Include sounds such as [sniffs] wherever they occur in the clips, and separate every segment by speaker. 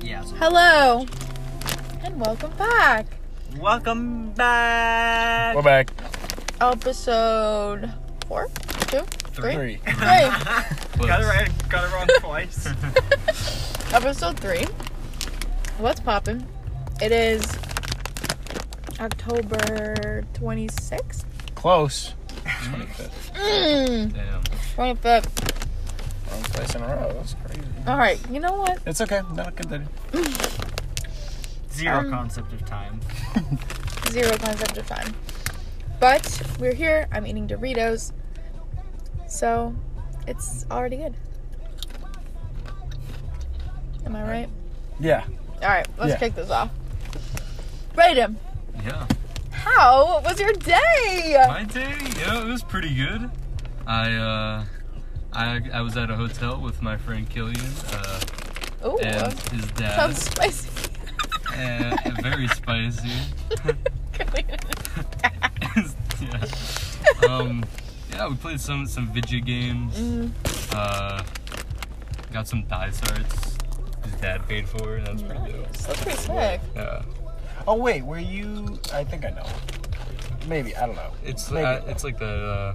Speaker 1: Yeah. So
Speaker 2: Hello. And welcome back.
Speaker 1: welcome back.
Speaker 3: We're back.
Speaker 2: Episode four, two, three.
Speaker 3: Three.
Speaker 2: Hey,
Speaker 1: Got it right.
Speaker 4: Got it wrong twice.
Speaker 2: episode three. What's poppin'? It is October 26th?
Speaker 3: Close.
Speaker 2: Mm,
Speaker 1: Damn.
Speaker 2: 25th.
Speaker 3: Wrong place in a row. That's crazy.
Speaker 2: All right, you know what?
Speaker 3: It's okay. No, continue.
Speaker 1: Zero
Speaker 2: Um,
Speaker 1: concept of time.
Speaker 2: Zero concept of time. But we're here. I'm eating Doritos. So it's already good. Am I right?
Speaker 3: Yeah.
Speaker 2: All right, let's
Speaker 3: Yeah.
Speaker 2: kick this off. Brayden,
Speaker 4: yeah.
Speaker 2: how was your day?
Speaker 4: My day, yeah, it was pretty good. I uh I I was at a hotel with my friend Killian, uh,
Speaker 2: Ooh,
Speaker 4: and his dad.
Speaker 2: sounds spicy.
Speaker 4: [laughs] and, and
Speaker 2: [laughs]
Speaker 1: [laughs]
Speaker 4: very spicy. yeah. Um yeah, we played some some video games.
Speaker 2: Mm,
Speaker 4: Uh got some Dysarts his dad paid for, and that was pretty dope.
Speaker 2: that's pretty sick.
Speaker 4: Yeah.
Speaker 3: Oh wait, were you? I think I know. Maybe I don't know.
Speaker 4: It's
Speaker 3: Maybe.
Speaker 4: uh, it's like the uh,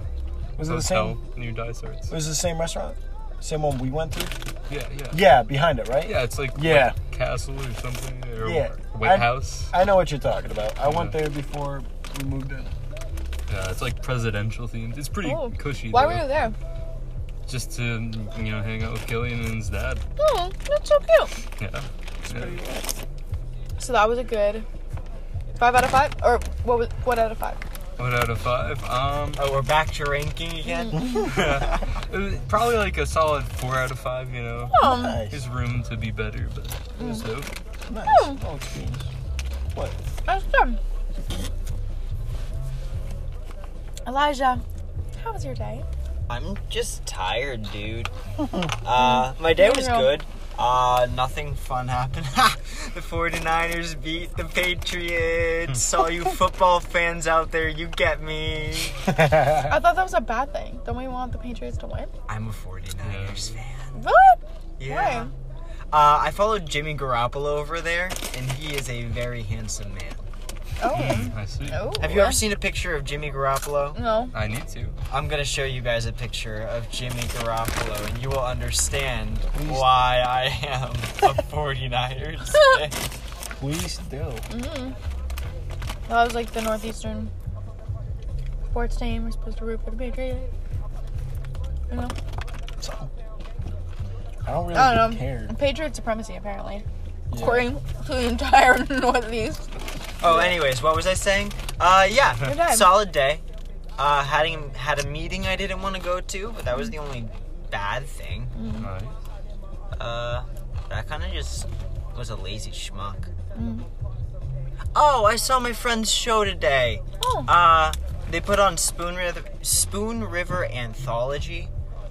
Speaker 3: Was it the
Speaker 4: hotel
Speaker 3: same?
Speaker 4: near Dysarts.
Speaker 3: Was it the same restaurant? Same one we went to?
Speaker 4: Yeah, yeah.
Speaker 3: Yeah, behind it, right?
Speaker 4: Yeah, it's like
Speaker 3: Yeah.
Speaker 4: White Castle or something or
Speaker 3: Yeah.
Speaker 4: White
Speaker 3: I-
Speaker 4: House.
Speaker 3: I know what you're talking about. I went
Speaker 4: Yeah.
Speaker 3: there before we moved in.
Speaker 4: yeah, it's like presidential themed. It's pretty
Speaker 2: Ooh.
Speaker 4: cushy.
Speaker 2: Why
Speaker 4: though.
Speaker 2: were you there?
Speaker 4: Just to you know hang out with Killian and his dad.
Speaker 2: Oh, that's so cute.
Speaker 4: Yeah. yeah.
Speaker 2: So that was a good five out of five, or what was what out of five?
Speaker 4: One out of five. Um,
Speaker 1: Oh, we're back to ranking again.
Speaker 2: Mm-hmm.
Speaker 4: it was probably like a solid four out of five. You know,
Speaker 1: Oh,
Speaker 2: Um,
Speaker 3: Nice.
Speaker 4: there's room to be better, but it was dope.
Speaker 3: Nice.
Speaker 2: Oh.
Speaker 3: No [laughs] excuse. What?
Speaker 2: that's good. Elijah, how was your day?
Speaker 1: I'm just tired,
Speaker 2: [laughs]
Speaker 1: dude. Uh, my day was
Speaker 2: Yeah.
Speaker 1: good. Uh, nothing fun happened. [laughs] the 49ers beat the Patriots.
Speaker 2: Hmm.
Speaker 1: All
Speaker 2: [laughs]
Speaker 1: you football fans out there, you get me.
Speaker 2: I thought that was a bad thing. Don't we want the Patriots to win?
Speaker 1: I'm a 49ers fan.
Speaker 2: What?
Speaker 1: Yeah.
Speaker 2: Why?
Speaker 1: Uh, I followed Jimmy Garoppolo over there, and he is a very handsome man.
Speaker 4: [laughs]
Speaker 2: Oh.
Speaker 4: I see.
Speaker 2: oh.
Speaker 1: Have you ever seen a picture of Jimmy Garoppolo?
Speaker 2: No.
Speaker 4: I need to.
Speaker 1: I'm gonna show you guys a picture of Jimmy Garoppolo, and you will understand why I am a
Speaker 2: [laughs]
Speaker 1: 49ers fan.
Speaker 3: Please do.
Speaker 2: Mm. mm-hmm. That was like the Northeastern sports team. We're supposed to root for the Patriots. You know?
Speaker 3: So, I don't really
Speaker 2: Mm. I don't know.
Speaker 3: care.
Speaker 2: Patriot supremacy, apparently.
Speaker 3: Yeah.
Speaker 2: According to the entire [laughs] Northeast.
Speaker 1: Oh, anyways, what was I saying? Uh,
Speaker 2: Good
Speaker 1: yeah,
Speaker 2: time.
Speaker 1: solid day. Uh, had a, had a meeting I didn't want to go to, but that was the only bad thing.
Speaker 4: Alright.
Speaker 1: Uh, I kind of just was a lazy schmuck.
Speaker 2: Mm.
Speaker 1: Oh, I saw my friend's show today.
Speaker 2: Oh.
Speaker 1: Uh, they put on Spoon River, Spoon River Anthology.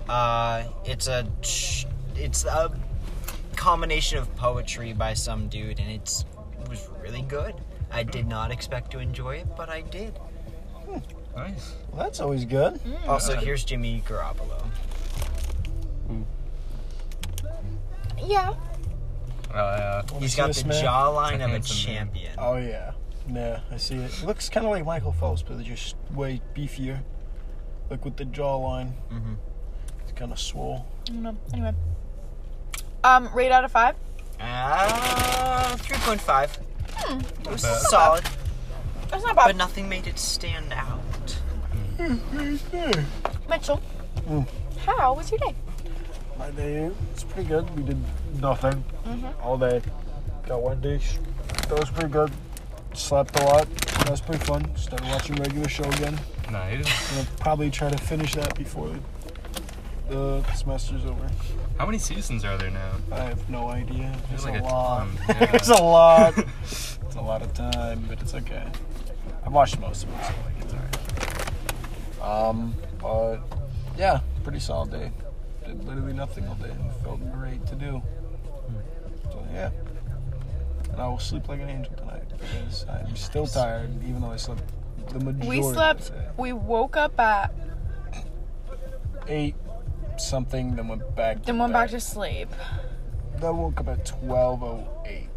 Speaker 1: Uh, it's a ch- it's a combination of poetry by some dude, and it's it was really good. I did not expect to enjoy it, but I did.
Speaker 4: Nice.
Speaker 3: Well, that's always good.
Speaker 1: Also, here's Jimmy Garoppolo.
Speaker 2: Yeah.
Speaker 4: Uh,
Speaker 3: Wanna
Speaker 1: He's
Speaker 3: see
Speaker 1: got
Speaker 3: this
Speaker 1: the
Speaker 3: man?
Speaker 1: jawline of a
Speaker 4: Handsome man.
Speaker 1: champion.
Speaker 3: Oh yeah, yeah, I see it. Looks kind of like Michael Phelps, but just way beefier. Like with the jawline,
Speaker 4: Mm-hmm.
Speaker 1: Mhm.
Speaker 3: it's kind of swole.
Speaker 2: I don't know. Anyway. Um, rate out of five.
Speaker 1: Ah, 3.5.
Speaker 2: Hmm.
Speaker 1: It was
Speaker 4: bad.
Speaker 1: solid,
Speaker 2: That's not
Speaker 1: but
Speaker 2: bad.
Speaker 1: nothing made it stand out.
Speaker 3: My
Speaker 2: Mitchell.
Speaker 3: Mm.
Speaker 2: How was your day?
Speaker 3: day, it's pretty good. We did nothing
Speaker 2: Mhm.
Speaker 3: all day. Got one dish. That was pretty good. Slept a lot. That was pretty fun. Started watching regular show again.
Speaker 4: nice.
Speaker 3: Gonna probably try to finish that before the semester's over.
Speaker 4: How many seasons are there now?
Speaker 3: I have no idea. There's
Speaker 4: There's like
Speaker 3: a,
Speaker 4: a
Speaker 3: lot.
Speaker 4: ton, yeah.
Speaker 3: There's a lot. It's a lot of time, but it's okay. I've watched most of it, so like it's alright. Um, but yeah, pretty solid day. Did literally nothing all day. and Felt great to do. So yeah. And I will sleep like an angel tonight because I'm still tired, even though I slept the majority.
Speaker 2: We
Speaker 3: of the
Speaker 2: slept.
Speaker 3: day.
Speaker 2: We woke up at.
Speaker 3: eight something, then went back.
Speaker 2: Then went back to sleep.
Speaker 3: I woke up at twelve oh eight.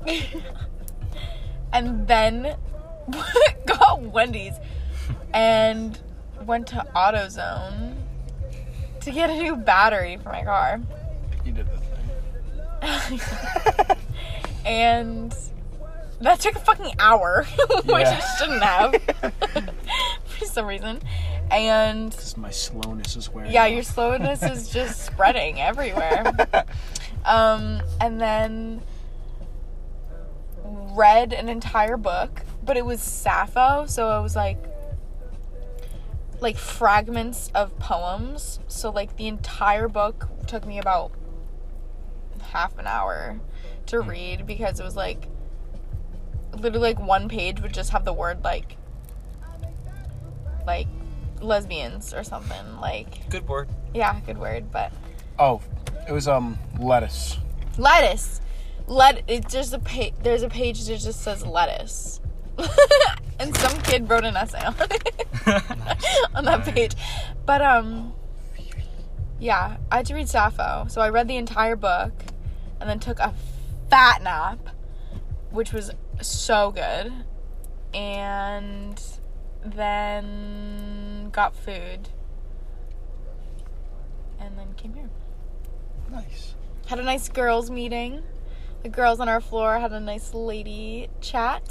Speaker 2: and then [laughs] got Wendy's and went to AutoZone to get a new battery for my car. [laughs]
Speaker 3: You did the thing.
Speaker 2: and that took a fucking hour, [laughs] which
Speaker 3: Yeah.
Speaker 2: it shouldn't have [laughs] for some reason. And
Speaker 3: This my slowness is wearing.
Speaker 2: yeah, your slowness is just spreading everywhere. Um, and then read an entire book, but it was Sappho, so it was like like fragments of poems. So like the entire book took me about half an hour to read because it was like literally like one page would just have the word like like lesbians or something like
Speaker 1: Good word.
Speaker 2: yeah good word but
Speaker 3: [laughs] Oh, it was um lettuce.
Speaker 2: lettuce. Let it there's a page there's a page that just says lettuce. [laughs] and some kid wrote an essay on it [laughs] on that page. But um yeah, I had to read Sappho. So I read the entire book and then took a fat nap, which was so good. And then got food. And then came here
Speaker 3: Nice.
Speaker 2: had a nice girls meeting. The girls on our floor had a nice lady chat.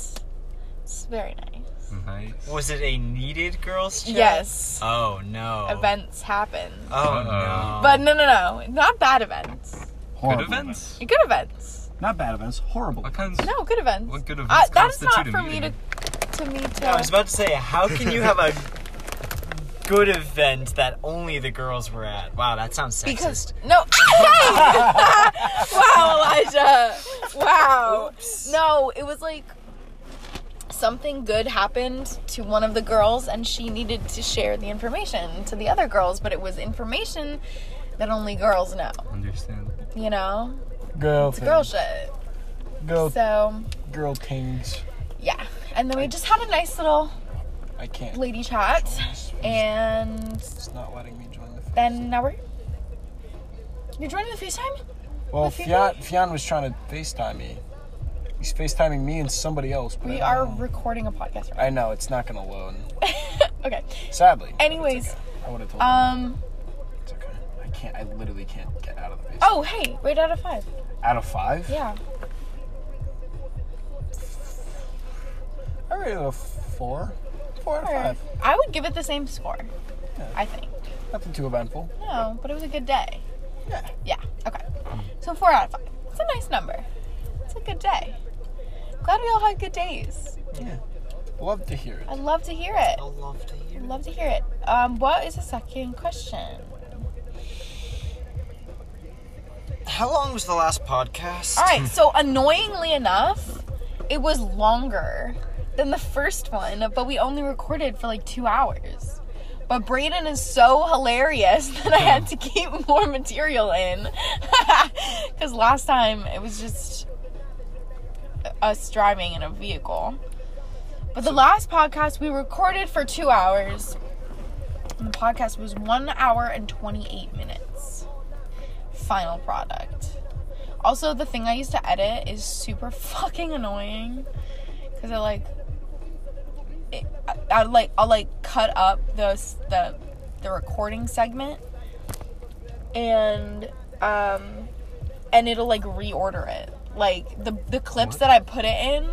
Speaker 2: It's very nice.
Speaker 4: Nice.
Speaker 1: [laughs] Was [laughs] it a needed girls' chat?
Speaker 2: Yes,
Speaker 1: Oh no.
Speaker 2: events happen,
Speaker 1: Oh
Speaker 4: Uh-oh.
Speaker 1: no.
Speaker 2: but no, no, no, not bad events.
Speaker 4: Good events.
Speaker 2: Good events.
Speaker 3: Not bad events. Horrible.
Speaker 4: What kinds?
Speaker 2: No, good events.
Speaker 4: What good
Speaker 2: Uh,
Speaker 4: events
Speaker 2: that is not
Speaker 4: constitute a
Speaker 2: for me to,
Speaker 4: meeting?
Speaker 2: to me
Speaker 1: I was
Speaker 2: to.
Speaker 1: about to say, how can you
Speaker 2: [laughs]
Speaker 1: have a good event that only the girls were at? Wow, that sounds sexist.
Speaker 2: Because no, [laughs] wow, Elijah, wow. No, it was like something good happened to one of the girls, and she needed to share the information to the other girls, but it was information that only girls know.
Speaker 4: Understand.
Speaker 2: You know,
Speaker 3: Girl.
Speaker 2: it's girl shit.
Speaker 3: Girl.
Speaker 2: So
Speaker 3: Girl kings.
Speaker 2: yeah, and then we just had a nice little
Speaker 3: I can't.
Speaker 2: lady chat, and
Speaker 3: It's not letting me join the.
Speaker 2: then now we're. You're joining the FaceTime?
Speaker 3: Well,
Speaker 2: If you
Speaker 3: Fionn, Fionn was trying to FaceTime me. He's FaceTiming me and somebody else. But
Speaker 2: We
Speaker 3: I
Speaker 2: are
Speaker 3: don't know.
Speaker 2: recording a podcast right
Speaker 3: I know it's not gonna load.
Speaker 2: now. Okay.
Speaker 3: Sadly. but it's
Speaker 2: Anyways,
Speaker 3: okay. I would have told him.
Speaker 2: um,
Speaker 3: It's okay. I can't. I literally can't get out of the. FaceTime.
Speaker 2: Oh, hey, rate out of five.
Speaker 3: Out of five.
Speaker 2: Yeah.
Speaker 3: I rated it a four. Four out of
Speaker 2: Or-
Speaker 3: five.
Speaker 2: I would give it the same score. I think.
Speaker 3: Nothing too eventful.
Speaker 2: No, but it was a good day.
Speaker 3: Yeah.
Speaker 2: Yeah. Okay. So four out of five. It's a nice number. It's a good day. Glad we all had good days.
Speaker 3: Love to hear
Speaker 2: I
Speaker 3: it.
Speaker 2: love to hear it.
Speaker 1: I love to hear.
Speaker 2: Love to hear it. Um, what is the second question?
Speaker 1: How long was the last podcast?
Speaker 2: All right. So annoyingly enough, it was longer than the first one, but we only recorded for like two hours. But Brayden is so hilarious [laughs] that I had to keep more material in [laughs] because last time it was just us driving in a vehicle. But the last podcast we recorded for two hours, and the podcast was one hour and twenty-eight minutes. Final product. Also, the thing I used to edit is super [laughs] fucking annoying because I like, it, I, I like I'll like cut up the s- the the recording segment and um and it'll like reorder it like the the clips that I put it in.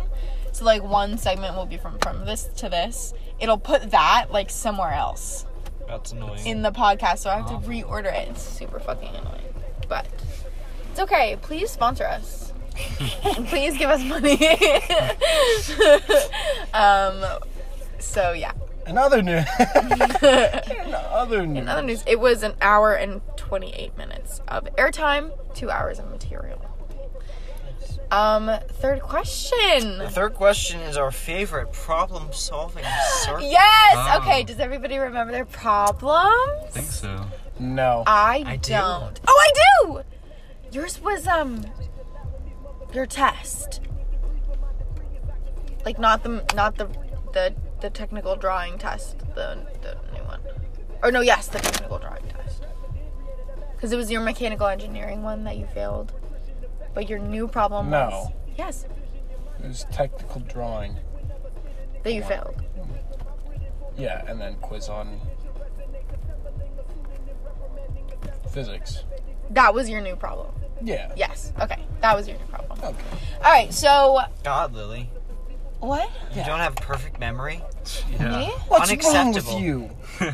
Speaker 2: So like one segment will be from from this to this. It'll put that like somewhere else
Speaker 1: That's annoying.
Speaker 2: in the podcast, so I have to reorder it. It's super fucking annoying. But it's okay. Please sponsor us. Please give us money. [laughs] um, so yeah.
Speaker 3: Another new. [laughs] Another new.
Speaker 2: Another news. It was an hour and twenty-eight minutes of airtime, two hours of material. Um, third
Speaker 1: the
Speaker 2: question.
Speaker 1: third question is our favorite
Speaker 2: [gasps]
Speaker 1: problem-solving circle.
Speaker 2: Yes.
Speaker 4: Wow.
Speaker 2: Okay. Does everybody remember their problems?
Speaker 4: I think so.
Speaker 3: No.
Speaker 2: I,
Speaker 1: I do.
Speaker 2: don't. Oh, I do. Yours was um your test. Like not the not the the the technical drawing test, the the new one. Or no, yes, the technical drawing test. Cuz it was your mechanical engineering one that you failed. But your new problem
Speaker 3: No.
Speaker 2: was yes
Speaker 3: It was technical drawing.
Speaker 2: that you failed.
Speaker 3: Yeah, and then quiz on physics.
Speaker 2: That was your new problem.
Speaker 3: Yeah.
Speaker 2: Yes. Okay. That was your new problem.
Speaker 3: Okay.
Speaker 2: All right. So
Speaker 1: God, Lily,
Speaker 2: what?
Speaker 1: you don't have perfect memory.
Speaker 4: Yeah.
Speaker 2: Me?
Speaker 3: What's
Speaker 1: Unacceptable.
Speaker 3: wrong with you?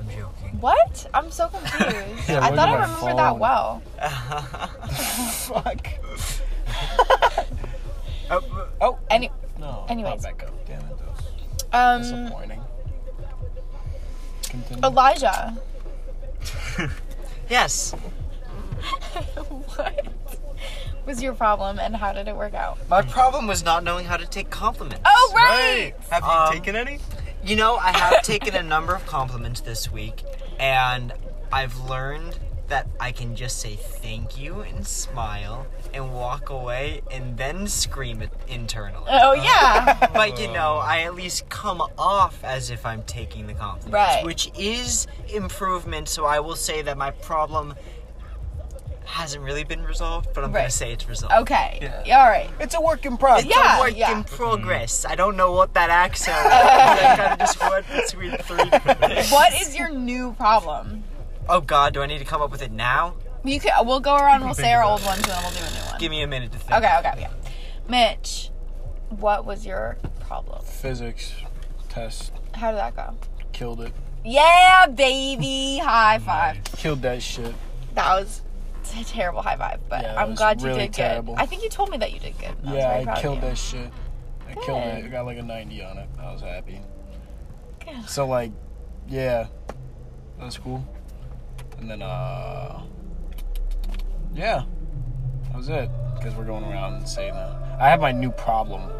Speaker 1: I'm joking.
Speaker 2: What? I'm so confused.
Speaker 3: Yeah,
Speaker 2: I
Speaker 3: look
Speaker 2: thought
Speaker 3: at
Speaker 2: I
Speaker 3: my
Speaker 2: remembered that
Speaker 3: phone.
Speaker 2: well.
Speaker 3: Fuck.
Speaker 1: Oh,
Speaker 3: Oh.
Speaker 2: Any
Speaker 3: no.
Speaker 2: anyways.
Speaker 3: Not back up. Damn it. That was
Speaker 2: um
Speaker 3: disappointing. Continue.
Speaker 2: Elijah. [laughs]
Speaker 1: yes.
Speaker 2: what was your problem and how did it work out?
Speaker 1: My problem was not knowing how to take compliments.
Speaker 2: Oh right.
Speaker 4: Have you
Speaker 1: Um,
Speaker 4: taken any?
Speaker 1: You know, I have taken a number of compliments this week, and I've learned that I can just say thank you and smile and walk away and then scream it
Speaker 2: [laughs]
Speaker 1: internally.
Speaker 2: Oh
Speaker 1: [laughs]
Speaker 2: yeah.
Speaker 1: But you know, I at least come off as if I'm taking the compliments,
Speaker 2: Right.
Speaker 1: which is improvement. So I will say that my problem hasn't really been resolved, but I'm
Speaker 2: Right.
Speaker 1: gonna say it's resolved.
Speaker 2: Okay. All right.
Speaker 3: It's a work in progress.
Speaker 1: It's
Speaker 2: Yeah,
Speaker 1: a work
Speaker 2: yeah.
Speaker 1: in progress. I don't know what
Speaker 2: [laughs]
Speaker 1: that accent was. I kind of just went between three.
Speaker 2: What is your new problem?
Speaker 1: Oh god, do I need to come up with it now?
Speaker 2: You can. We'll go around. We'll say
Speaker 4: think
Speaker 2: our
Speaker 4: about
Speaker 2: old ones, and then we'll do a new one.
Speaker 1: Give me a minute to think.
Speaker 2: Okay. Okay. Yeah. Mitch, what was your problem?
Speaker 3: Physics test
Speaker 2: How did that go?
Speaker 3: killed it.
Speaker 2: Yeah, baby. High five.
Speaker 3: Killed that shit.
Speaker 2: That was a terrible high five, but
Speaker 3: Yeah, that
Speaker 2: I'm
Speaker 3: was
Speaker 2: glad you
Speaker 3: really
Speaker 2: did
Speaker 3: terrible.
Speaker 2: good. I think you told me that you did good. I was very
Speaker 3: yeah,
Speaker 2: proud
Speaker 3: I
Speaker 2: of
Speaker 3: killed
Speaker 2: you.
Speaker 3: that shit. I killed it. I
Speaker 2: Good.
Speaker 3: got like a 90 on it. I was happy.
Speaker 2: Good.
Speaker 3: So like, yeah, that's cool. And then uh, yeah, that was it. Because we're going around and saying that. I have my new problem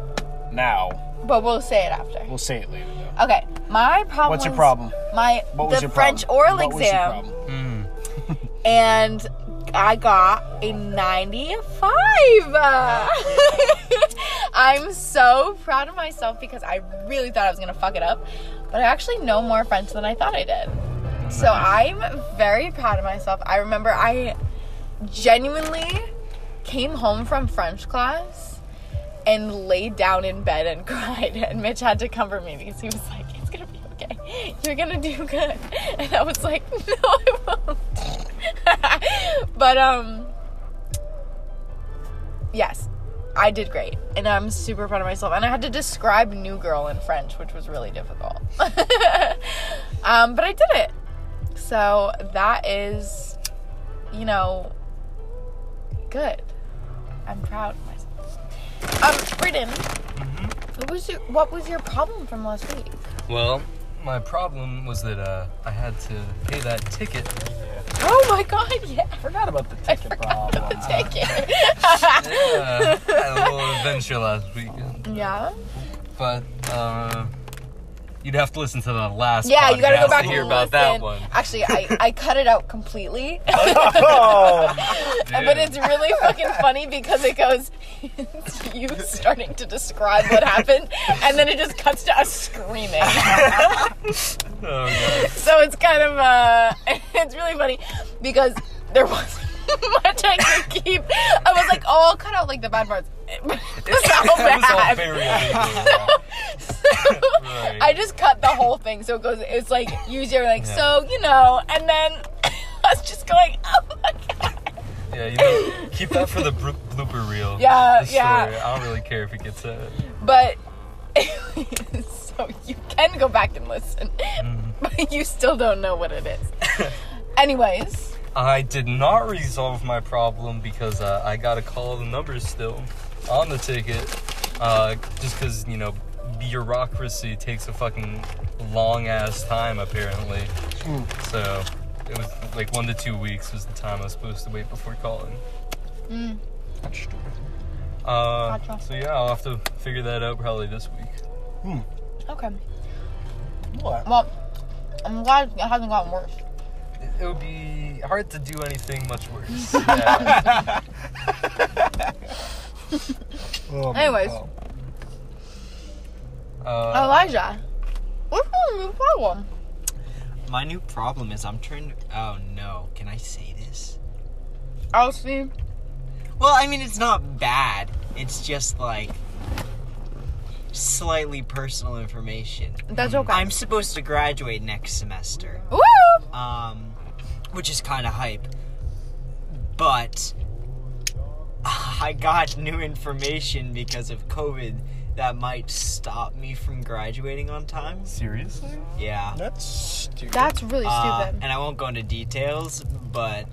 Speaker 3: now.
Speaker 2: But we'll say it after.
Speaker 3: We'll say it later though.
Speaker 2: Okay. My problem.
Speaker 3: What's your
Speaker 2: was
Speaker 3: problem?
Speaker 2: My
Speaker 3: What
Speaker 2: the
Speaker 3: was your
Speaker 2: French
Speaker 3: problem?
Speaker 2: oral
Speaker 3: What was your
Speaker 2: exam.
Speaker 3: problem?
Speaker 2: and I got a 95. [laughs] I'm so proud of myself because I really thought I was gonna fuck it up, but I actually know more French than I thought I did. So I'm very proud of myself. I remember I genuinely came home from French class and laid down in bed and [laughs] cried. And Mitch had to comfort me because he was like, It's gonna be okay. You're gonna do good. And I was like, [laughs] No, I won't. [laughs] but, um, yes, I did great. And I'm super proud of myself. And I had to describe New Girl in French, which was really difficult. [laughs] um, but I did it. So that is, you know, good. I'm proud of myself. Um, Britain, what was your what was your problem from last week?
Speaker 4: Well, my problem was that uh, I had to pay that ticket.
Speaker 2: Oh my god, yeah,
Speaker 3: I forgot about the ticket problem.
Speaker 2: take it.
Speaker 4: Uh, had a little adventure last weekend.
Speaker 2: [laughs] yeah,
Speaker 4: But uh, you'd have to listen to the last.
Speaker 2: yeah, you gotta go
Speaker 4: podcast
Speaker 2: back
Speaker 4: to hear
Speaker 2: and
Speaker 4: about that
Speaker 2: listen. [laughs]
Speaker 4: one.
Speaker 2: Actually, I I cut it out
Speaker 4: [laughs]
Speaker 2: completely,
Speaker 3: oh,
Speaker 2: but it's really fucking funny because it goes it's you starting to describe what happened, and then it just cuts to us screaming.
Speaker 4: oh, God.
Speaker 2: So it's kind of uh, [laughs] it's really funny because there wasn't [laughs] much I could keep. I was like, oh, I'll cut out like the bad parts. [laughs]
Speaker 4: [laughs]
Speaker 2: It was so
Speaker 4: That was all
Speaker 2: bad.
Speaker 4: very illegal. Right.
Speaker 2: I just cut the whole thing, so it goes. It's like usually like so you know, and then [laughs] I was just going, oh my god,
Speaker 4: Yeah, you know, keep that for the bro- blooper reel.
Speaker 2: Yeah,
Speaker 4: The
Speaker 2: yeah.
Speaker 4: story. I don't really care if it gets uh, out.
Speaker 2: but. [laughs] so you can go back and listen, [laughs] but you still don't know what it is. [laughs] Anyways,
Speaker 4: I did not resolve my problem because uh, I got to call the numbers still on the ticket. Uh, just because, you know, bureaucracy takes a fucking long ass time, apparently. So it was like one to two weeks was the time I was supposed to wait before calling.
Speaker 3: That's stupid.
Speaker 4: Uh,
Speaker 2: Gotcha.
Speaker 4: so yeah, I'll have to figure that out probably this week.
Speaker 2: okay. [laughs]
Speaker 3: What?
Speaker 2: Well, I'm glad it hasn't gotten worse.
Speaker 4: It would be hard to do anything much worse.
Speaker 3: Oh, my
Speaker 2: Anyways.
Speaker 3: God.
Speaker 4: Uh,
Speaker 2: Elijah, what's your new problem?
Speaker 1: My new problem is I'm trying to. Oh no, can I say this?
Speaker 2: I'll see.
Speaker 1: Well, I mean, it's not bad. It's just like slightly personal information.
Speaker 2: That's okay.
Speaker 1: I'm supposed to graduate next semester,
Speaker 2: Woo!
Speaker 1: um, which is kind of hype. But [laughs] I got new information because of COVID that might stop me from graduating on time.
Speaker 4: Seriously?
Speaker 1: Yeah.
Speaker 3: That's stupid.
Speaker 2: That's really
Speaker 1: Uh,
Speaker 2: stupid.
Speaker 1: and I won't go into details, but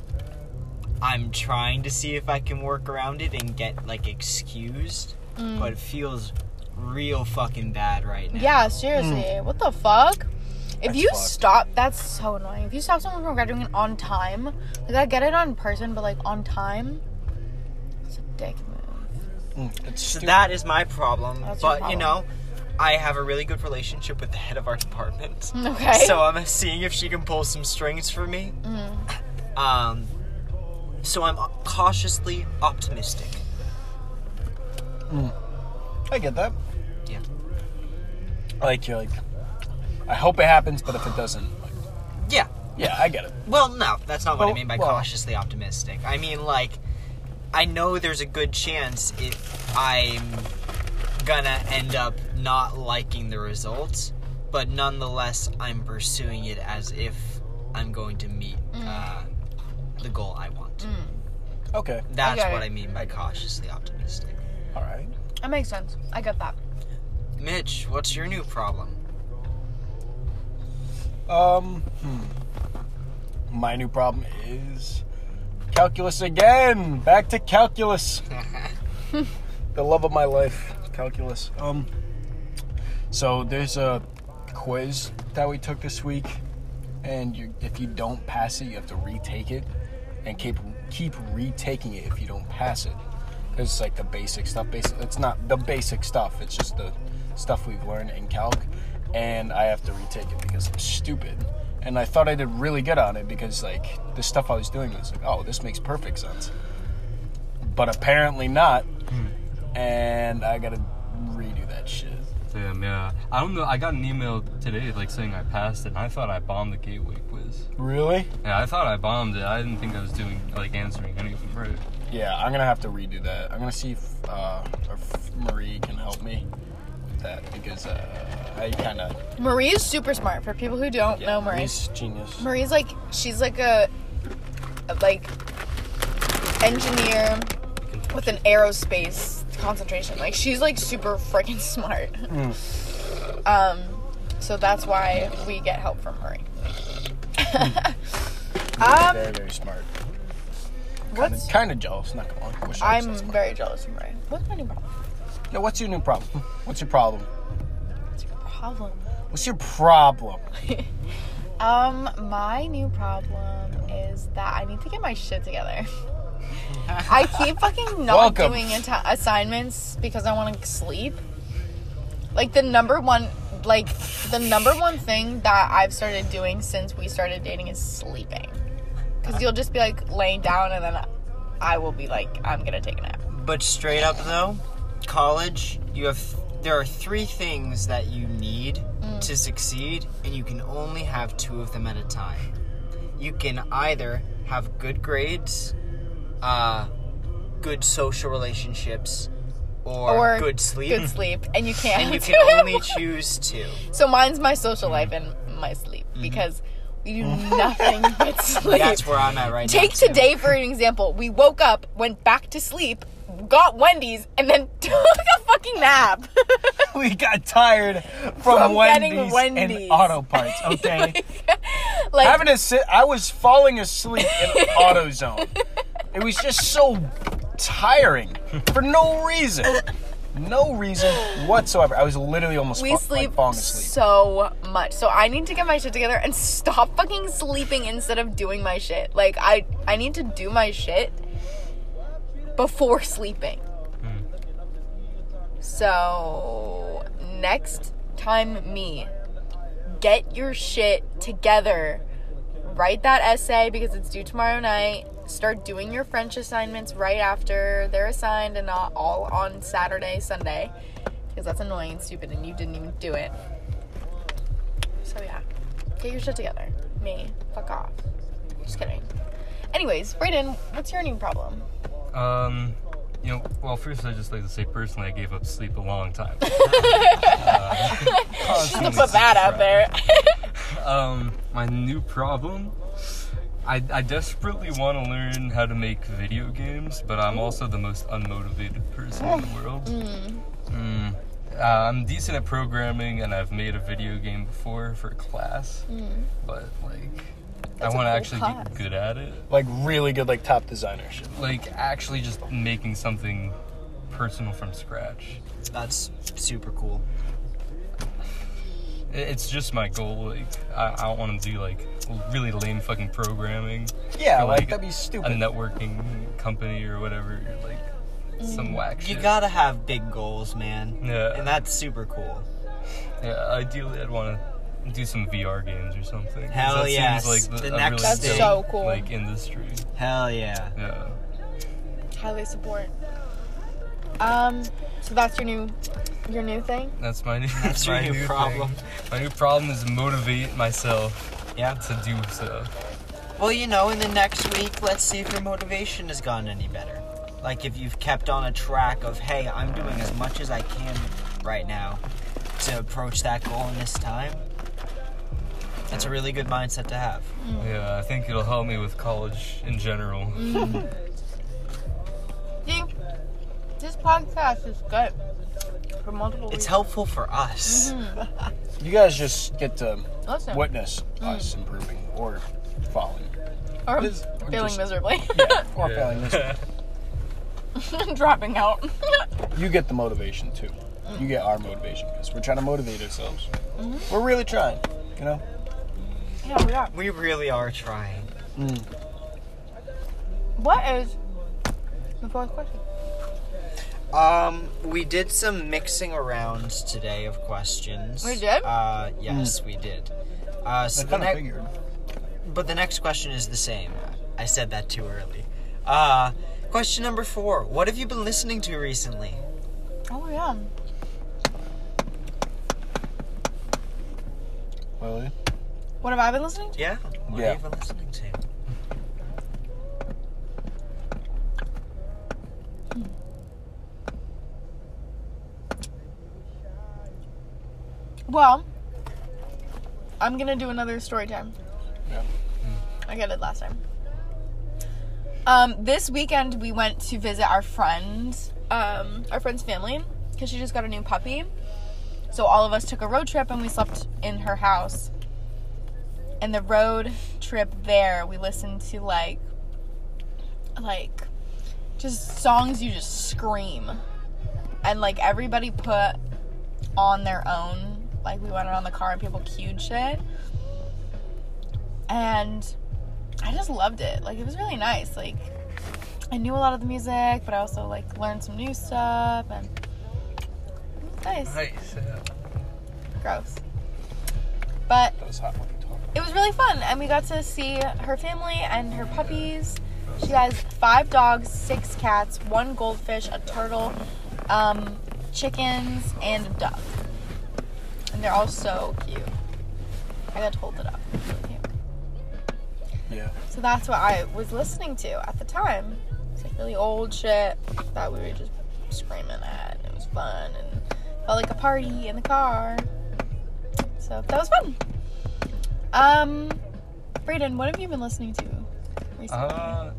Speaker 1: I'm trying to see if I can work around it and get like excused.
Speaker 2: Mm.
Speaker 1: But it feels real fucking bad right now.
Speaker 2: Yeah, seriously. What the fuck? If
Speaker 3: Mm. That's
Speaker 2: you
Speaker 3: fucked.
Speaker 2: stop, that's so annoying. If you stop someone from graduating on time, like I get it on person, but like on time, it's a dick move.
Speaker 3: Mm, it's
Speaker 1: So
Speaker 3: stupid.
Speaker 1: that is my problem.
Speaker 2: That's your
Speaker 1: but you
Speaker 2: problem.
Speaker 1: know, I have a really good relationship with the head of our [laughs] department.
Speaker 2: [laughs] Okay.
Speaker 1: So I'm seeing if she can pull some strings for me.
Speaker 3: Mm-hmm.
Speaker 1: Um, so I'm cautiously optimistic.
Speaker 3: I get that.
Speaker 1: Yeah.
Speaker 3: Like you're like, I hope it happens, but if it doesn't, like,
Speaker 1: Yeah.
Speaker 3: yeah, I get it.
Speaker 1: Well, no, that's not what I
Speaker 3: Well,
Speaker 1: mean by
Speaker 3: well-
Speaker 1: cautiously optimistic. I mean, like, I know there's a good chance it, I'm gonna end up not liking the results, but nonetheless, I'm pursuing it as if I'm going to meet
Speaker 3: Mm.
Speaker 1: uh, the goal I want.
Speaker 3: Okay,
Speaker 1: That's
Speaker 2: Okay.
Speaker 1: what I mean by cautiously optimistic.
Speaker 3: all right.
Speaker 2: that makes sense. I get that.
Speaker 1: Mitch, what's your new problem?
Speaker 3: Um, hmm. my new problem is calculus again. Back to calculus. the love of my life, calculus. Um, so there's a quiz that we took this week, and you, if you don't pass it, you have to retake it, and keep keep retaking it if you don't pass it. It's like the basic stuff. Basic. It's not the basic stuff. It's just the stuff we've learned in calc, and I have to retake it because I'm stupid. And I thought I did really good on it because like the stuff I was doing was like, oh, this makes perfect sense. But apparently not, and I gotta redo that shit.
Speaker 4: Damn, yeah. I don't know. I got an email today, like saying I passed it, and I thought I bombed the gateway quiz.
Speaker 3: Really?
Speaker 4: Yeah, I thought I bombed it. I didn't think I was doing, like, answering any of them right.
Speaker 3: Yeah, I'm gonna have to redo that. I'm gonna see if, uh, if Marie can help me with that because uh, I kind of
Speaker 2: Marie is super smart. For people who don't know Marie,
Speaker 3: Marie's genius.
Speaker 2: Marie's like she's like a, a, like engineer with an aerospace concentration. Like she's like super freaking smart.
Speaker 3: Mm.
Speaker 2: Um, so that's why we get help from Marie.
Speaker 3: Hmm.
Speaker 2: [laughs] um,
Speaker 3: very very smart.
Speaker 2: what's
Speaker 3: Kind of jealous, not gonna lie. Wish I was
Speaker 2: I'm
Speaker 3: that smart.
Speaker 2: very jealous of Marie. What's my new problem?
Speaker 3: Now, what's your new problem? [laughs] What's your problem?
Speaker 2: What's your problem?
Speaker 3: What's your problem? [laughs]
Speaker 2: Um, my new problem is that I need to get my shit
Speaker 1: [laughs]
Speaker 2: together. I keep fucking not
Speaker 3: Welcome.
Speaker 2: doing atta- assignments because I want to sleep. Like the number one, like the number one thing that I've started doing since we started dating is sleeping. Because you'll just be like laying down, and then I will be like, I'm gonna take a nap.
Speaker 1: But straight up though, college, you have there are three things that you need
Speaker 2: Mm.
Speaker 1: to succeed and you can only have two of them at a time. You can either have good grades, uh good social relationships or,
Speaker 2: Or
Speaker 1: good sleep.
Speaker 2: Good sleep, and you can't. [laughs]
Speaker 1: and [laughs] you can
Speaker 2: do it.
Speaker 1: only choose two.
Speaker 2: So mine's my social life and my sleep because we do nothing [laughs]
Speaker 1: [laughs]
Speaker 2: but sleep.
Speaker 1: Mm-hmm. That's where I'm at right now.
Speaker 2: Take
Speaker 1: too.
Speaker 2: today for an example. We woke up, went back to sleep, got Wendy's, and then [laughs] took a fucking nap. [laughs]
Speaker 3: we got tired from,
Speaker 2: From getting
Speaker 3: Wendy's,
Speaker 2: Wendy's.
Speaker 3: and auto parts.
Speaker 2: [laughs]
Speaker 3: Okay,
Speaker 2: like
Speaker 3: [laughs] having to sit. I was falling asleep
Speaker 2: [laughs]
Speaker 3: in AutoZone. It was just so tiring for no reason, no reason whatsoever. I was literally almost
Speaker 2: we
Speaker 3: fa- like,
Speaker 2: sleep
Speaker 3: falling asleep.
Speaker 2: so much. So I need to get my shit together and [laughs] stop fucking sleeping instead of doing my shit. Like I I need to do my shit before sleeping.
Speaker 3: Hmm.
Speaker 2: So next time me get your shit together. Write that essay because it's due tomorrow night. Start doing your French assignments right after they're assigned and not all on Saturday, Sunday because that's annoying and stupid and you didn't even do it. So yeah, get your shit together. Me, fuck off. Just kidding. Anyways, Brayden, what's your new problem?
Speaker 4: Um, you know, well, first I just like to say personally, I gave up sleep a long time.
Speaker 2: I'll put that out there.
Speaker 4: um, my new problem. I, I desperately want to learn how to make video games, but I'm also the most unmotivated person in the world.
Speaker 2: Hmm.
Speaker 4: Mm. Uh, I'm decent at programming, and I've made a video game before for class, but like,
Speaker 2: Hmm. That's
Speaker 4: I
Speaker 2: a
Speaker 4: want to actually
Speaker 2: cool class.
Speaker 4: get good at it.
Speaker 3: Like really good, like top designer shit.
Speaker 4: Like, actually, just making something personal from scratch.
Speaker 1: That's super cool.
Speaker 4: I- It's just my goal. Like, I, I want to do like really lame fucking programming.
Speaker 3: Yeah,
Speaker 4: for,
Speaker 3: like, that'd be
Speaker 4: A
Speaker 3: stupid.
Speaker 4: networking company or whatever, like some whack shit.
Speaker 1: Mm. You gotta have big goals, man.
Speaker 4: Yeah.
Speaker 1: And that's super cool.
Speaker 4: yeah, ideally, I'd want to do some VR games or something. 'cause
Speaker 1: Hell
Speaker 4: that
Speaker 1: yes,
Speaker 4: Seems like the,
Speaker 1: the
Speaker 4: a
Speaker 1: next
Speaker 4: really
Speaker 1: That's
Speaker 4: dope,
Speaker 2: so cool.
Speaker 4: Like industry.
Speaker 1: Hell yeah.
Speaker 4: Yeah.
Speaker 2: Highly support. Um, so that's your new, your new thing.
Speaker 4: That's my new.
Speaker 1: That's your
Speaker 4: my
Speaker 1: new
Speaker 4: thing.
Speaker 1: problem.
Speaker 4: My new problem is motivate myself
Speaker 1: Yeah.
Speaker 4: to do so.
Speaker 1: Well, you know, in the next week, let's see if your motivation has gotten any better. Like if you've kept on a track of, hey, I'm doing as much as I can right now to approach that goal in this time. That's a really good mindset to have.
Speaker 2: Mm.
Speaker 4: Yeah, I think it'll help me with college in general.
Speaker 2: See, this podcast is good for multiple.
Speaker 1: It's
Speaker 2: reasons.
Speaker 1: helpful for us.
Speaker 2: Mm-hmm.
Speaker 3: You guys just get to
Speaker 2: Listen,
Speaker 3: witness
Speaker 2: Mm.
Speaker 3: us improving or falling.
Speaker 2: or
Speaker 3: It is- or
Speaker 2: failing
Speaker 3: just-
Speaker 2: miserably,
Speaker 3: Or
Speaker 4: Yeah.
Speaker 3: failing
Speaker 4: [laughs]
Speaker 3: this.
Speaker 2: [laughs] dropping out.
Speaker 3: You get the motivation too. You get our motivation because we're trying to motivate ourselves.
Speaker 2: Mm-hmm.
Speaker 3: We're really trying, you know?
Speaker 2: yeah, we are.
Speaker 1: We really are trying.
Speaker 2: What is the fourth question?
Speaker 1: Um, we did some mixing around today of questions.
Speaker 2: We did?
Speaker 1: Uh, yes, we did. Uh, so
Speaker 3: Hmm. I kind
Speaker 1: the ne-
Speaker 3: of figured.
Speaker 1: but the next question is the same. I said that too early. Uh, question number four: What have you been listening to recently?
Speaker 2: Oh yeah.
Speaker 3: Well,
Speaker 2: What have I been listening to?
Speaker 1: Yeah. What
Speaker 3: Yeah.
Speaker 1: have you been listening to?
Speaker 2: Well, I'm gonna do another story time.
Speaker 3: Yeah.
Speaker 2: I got it last time. Um, this weekend we went to visit our friend, um, our friend's family, because she just got a new puppy. So all of us took a road trip and we slept in her house. And the road trip there, we listened to like, like, just songs you just scream, and like everybody put on their own. Like we went around the car and people queued shit. And I just loved it. Like it was really nice. Like I knew a lot of the music, but I also like learned some new stuff and it was nice.
Speaker 4: Nice. yeah.
Speaker 2: Gross. But
Speaker 3: that was hot when you talked.
Speaker 2: it was really fun and we got to see her family and her puppies she has five dogs six cats one goldfish a turtle um, chickens and a duck and they're all so cute i got to hold it up It's really cute.
Speaker 3: Yeah.
Speaker 2: so that's what i was listening to at the time it's like really old shit that we were just screaming at and it was fun and felt like a party in the car so that was fun um Brayden, what have you been listening to recently?
Speaker 4: Uh,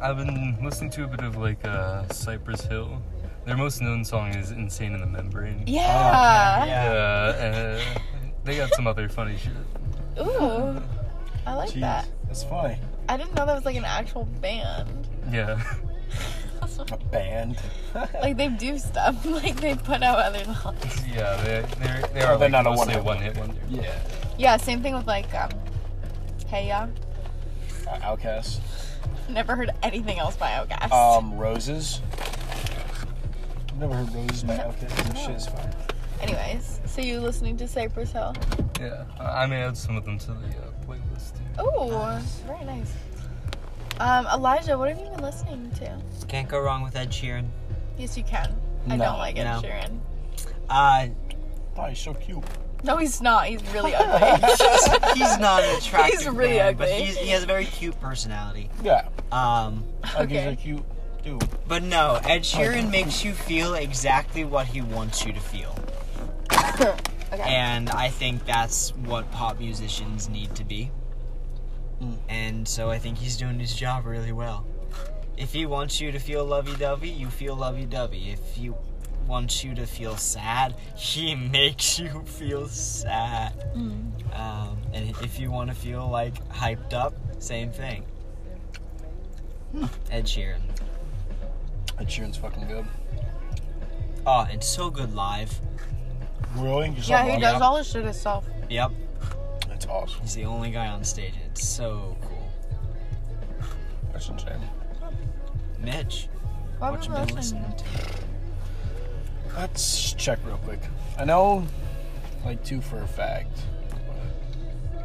Speaker 4: I've been listening to a bit of like uh, Cypress Hill. Their most known song is "Insane in the Membrane."
Speaker 2: yeah.
Speaker 4: Yeah, uh, they got some other funny shit.
Speaker 2: Ooh. I like that.
Speaker 3: That's funny.
Speaker 2: I didn't know that was like an actual band.
Speaker 4: Yeah, [laughs]
Speaker 3: A band.
Speaker 2: like they do stuff. [laughs] Like they put out other songs.
Speaker 4: yeah, they they're, they
Speaker 3: Oh,
Speaker 4: are like,
Speaker 3: they're not a
Speaker 4: mostly
Speaker 3: one-hit
Speaker 4: hit wonder.
Speaker 3: [laughs] yeah.
Speaker 2: Yeah, same thing with like um Hey Ya.
Speaker 3: Uh, Outcast.
Speaker 2: Never heard anything else by Outcast.
Speaker 3: Um, Roses. I've never heard Roses by Outcast. That shit is fire.
Speaker 2: Anyways, so you listening to Cypress Hill?
Speaker 4: Yeah, I I may add some of them to the uh, playlist. Too.
Speaker 2: Ooh, very nice. Um, Elijah, what have you been listening to?
Speaker 1: Can't go wrong with Ed Sheeran.
Speaker 2: Yes, you can. I
Speaker 3: No,
Speaker 2: don't like it,
Speaker 1: no.
Speaker 2: Sharon.
Speaker 1: Uh,
Speaker 3: Oh, he's so cute.
Speaker 2: [laughs] No, he's not. He's really
Speaker 1: [laughs]
Speaker 2: ugly.
Speaker 1: he's
Speaker 2: [laughs]
Speaker 1: not an attractive
Speaker 2: He's really
Speaker 1: man, but
Speaker 2: ugly.
Speaker 1: he's, he has a very cute personality.
Speaker 3: Yeah.
Speaker 1: Um,
Speaker 3: Like
Speaker 2: Okay.
Speaker 3: he's a cute do.
Speaker 1: But no, Ed Sheeran makes you feel exactly what he wants you to feel.
Speaker 2: okay.
Speaker 1: And I think that's what pop musicians need to be.
Speaker 3: Mm.
Speaker 1: And so I think he's doing his job really well. If he wants you to feel lovey dovey, you feel lovey dovey. If he wants you to feel sad, [laughs] he makes you feel sad. Um, and if you want to feel like hyped up, same thing. Ed Sheeran.
Speaker 3: Ed Sheeran's fucking good.
Speaker 1: Oh, and so good live.
Speaker 3: Really? You saw
Speaker 2: Yeah, he
Speaker 3: Bob?
Speaker 2: does all his shit himself.
Speaker 1: Yep,
Speaker 3: That's awesome.
Speaker 1: he's the only guy on stage. It's so cool.
Speaker 3: That's insane.
Speaker 1: Mitch,
Speaker 2: Why
Speaker 1: what you
Speaker 2: would I
Speaker 1: been
Speaker 2: listen?
Speaker 1: listening to?
Speaker 3: Let's check real quick. I know, like two for a fact. but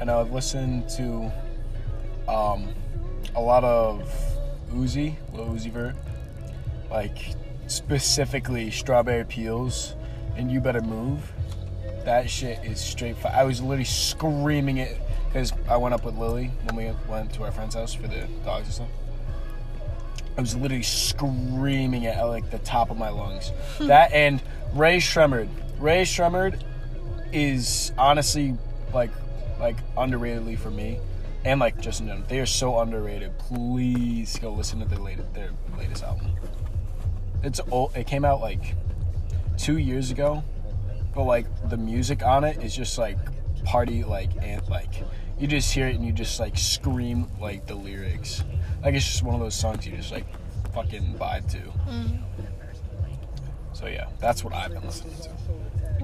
Speaker 3: I know I've listened to um, a lot of Uzi, Lil Uzi Vert, like specifically Strawberry Peels and You Better Move. That shit is straight. Fi- I was literally screaming it because I went up with Lily when we went to our friend's house for the dogs and stuff. I was literally screaming at like the top of my lungs. that and Ray Shremmerd. Ray Shremmerd is honestly like like underratedly for me, and like Justin Jones. They are so underrated. Please go listen to their latest their latest album. It's old. It came out like two years ago, but like the music on it is just like party like and like you just hear it and you just like scream like the lyrics. Like it's just one of those songs you just like fucking vibe to. So yeah, that's what I've been listening to.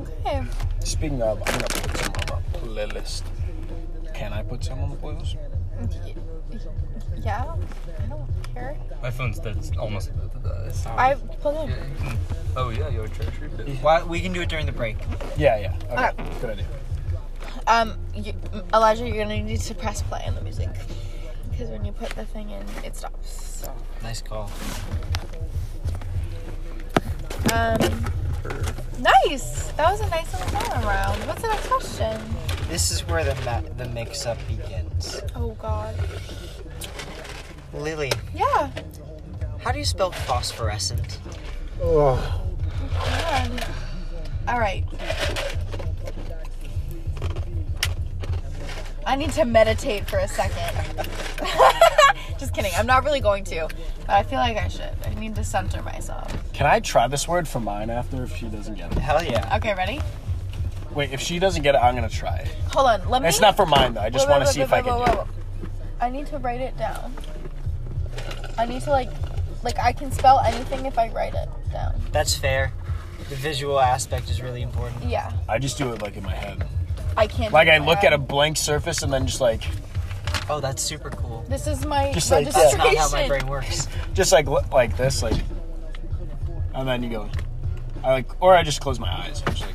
Speaker 2: Okay.
Speaker 3: Speaking of, I'm gonna put some on the playlist. Can I put some on the playlist?
Speaker 2: Y- y- Yeah, I don't care.
Speaker 4: My phone's dead. It's almost about to die. It's-
Speaker 2: I plug
Speaker 4: Yeah,
Speaker 2: in.
Speaker 4: you can- Oh yeah, yo, treasury bit.
Speaker 1: Well, we can do it during the break.
Speaker 3: Yeah, yeah. Okay, good idea.
Speaker 2: Um, you, Elijah, you're gonna need to press play on the music because when you put the thing in, it stops. So,
Speaker 1: Nice call.
Speaker 2: um, nice. That was a nice little round around. What's the next question?
Speaker 1: This is where the ma- the mix up begins.
Speaker 2: Oh God.
Speaker 1: Lily,
Speaker 2: Yeah.
Speaker 1: how do you spell phosphorescent?
Speaker 2: God. All right. I need to meditate for a second. [laughs] Just kidding. I'm not really going to, but I feel like I should. I need to center myself.
Speaker 3: Can I try this word for mine after if she doesn't get it?
Speaker 1: Hell yeah.
Speaker 2: Okay, ready?
Speaker 3: Wait, if she doesn't get it, I'm gonna try it.
Speaker 2: Hold on. Let me.
Speaker 3: It's not for mine though. I just
Speaker 2: Wait, wait,
Speaker 3: want to
Speaker 2: wait,
Speaker 3: see if
Speaker 2: wait,
Speaker 3: I can
Speaker 2: wait,
Speaker 3: do
Speaker 2: wait,
Speaker 3: it.
Speaker 2: wait. I need to write it down. I need to like, like I can spell anything if I write it down.
Speaker 1: That's fair. The visual aspect is really important.
Speaker 2: Yeah,
Speaker 3: I just do it like in my head.
Speaker 2: I can't. do
Speaker 3: Like I
Speaker 2: my
Speaker 3: look at a
Speaker 2: own.
Speaker 3: blank surface and then just like,
Speaker 1: Oh, that's super cool.
Speaker 2: This is my
Speaker 3: Just like that.
Speaker 1: That's
Speaker 2: registration.
Speaker 1: not how my brain works.
Speaker 3: just like li- like this, like, and then you go. I like, or I just close my eyes and just like,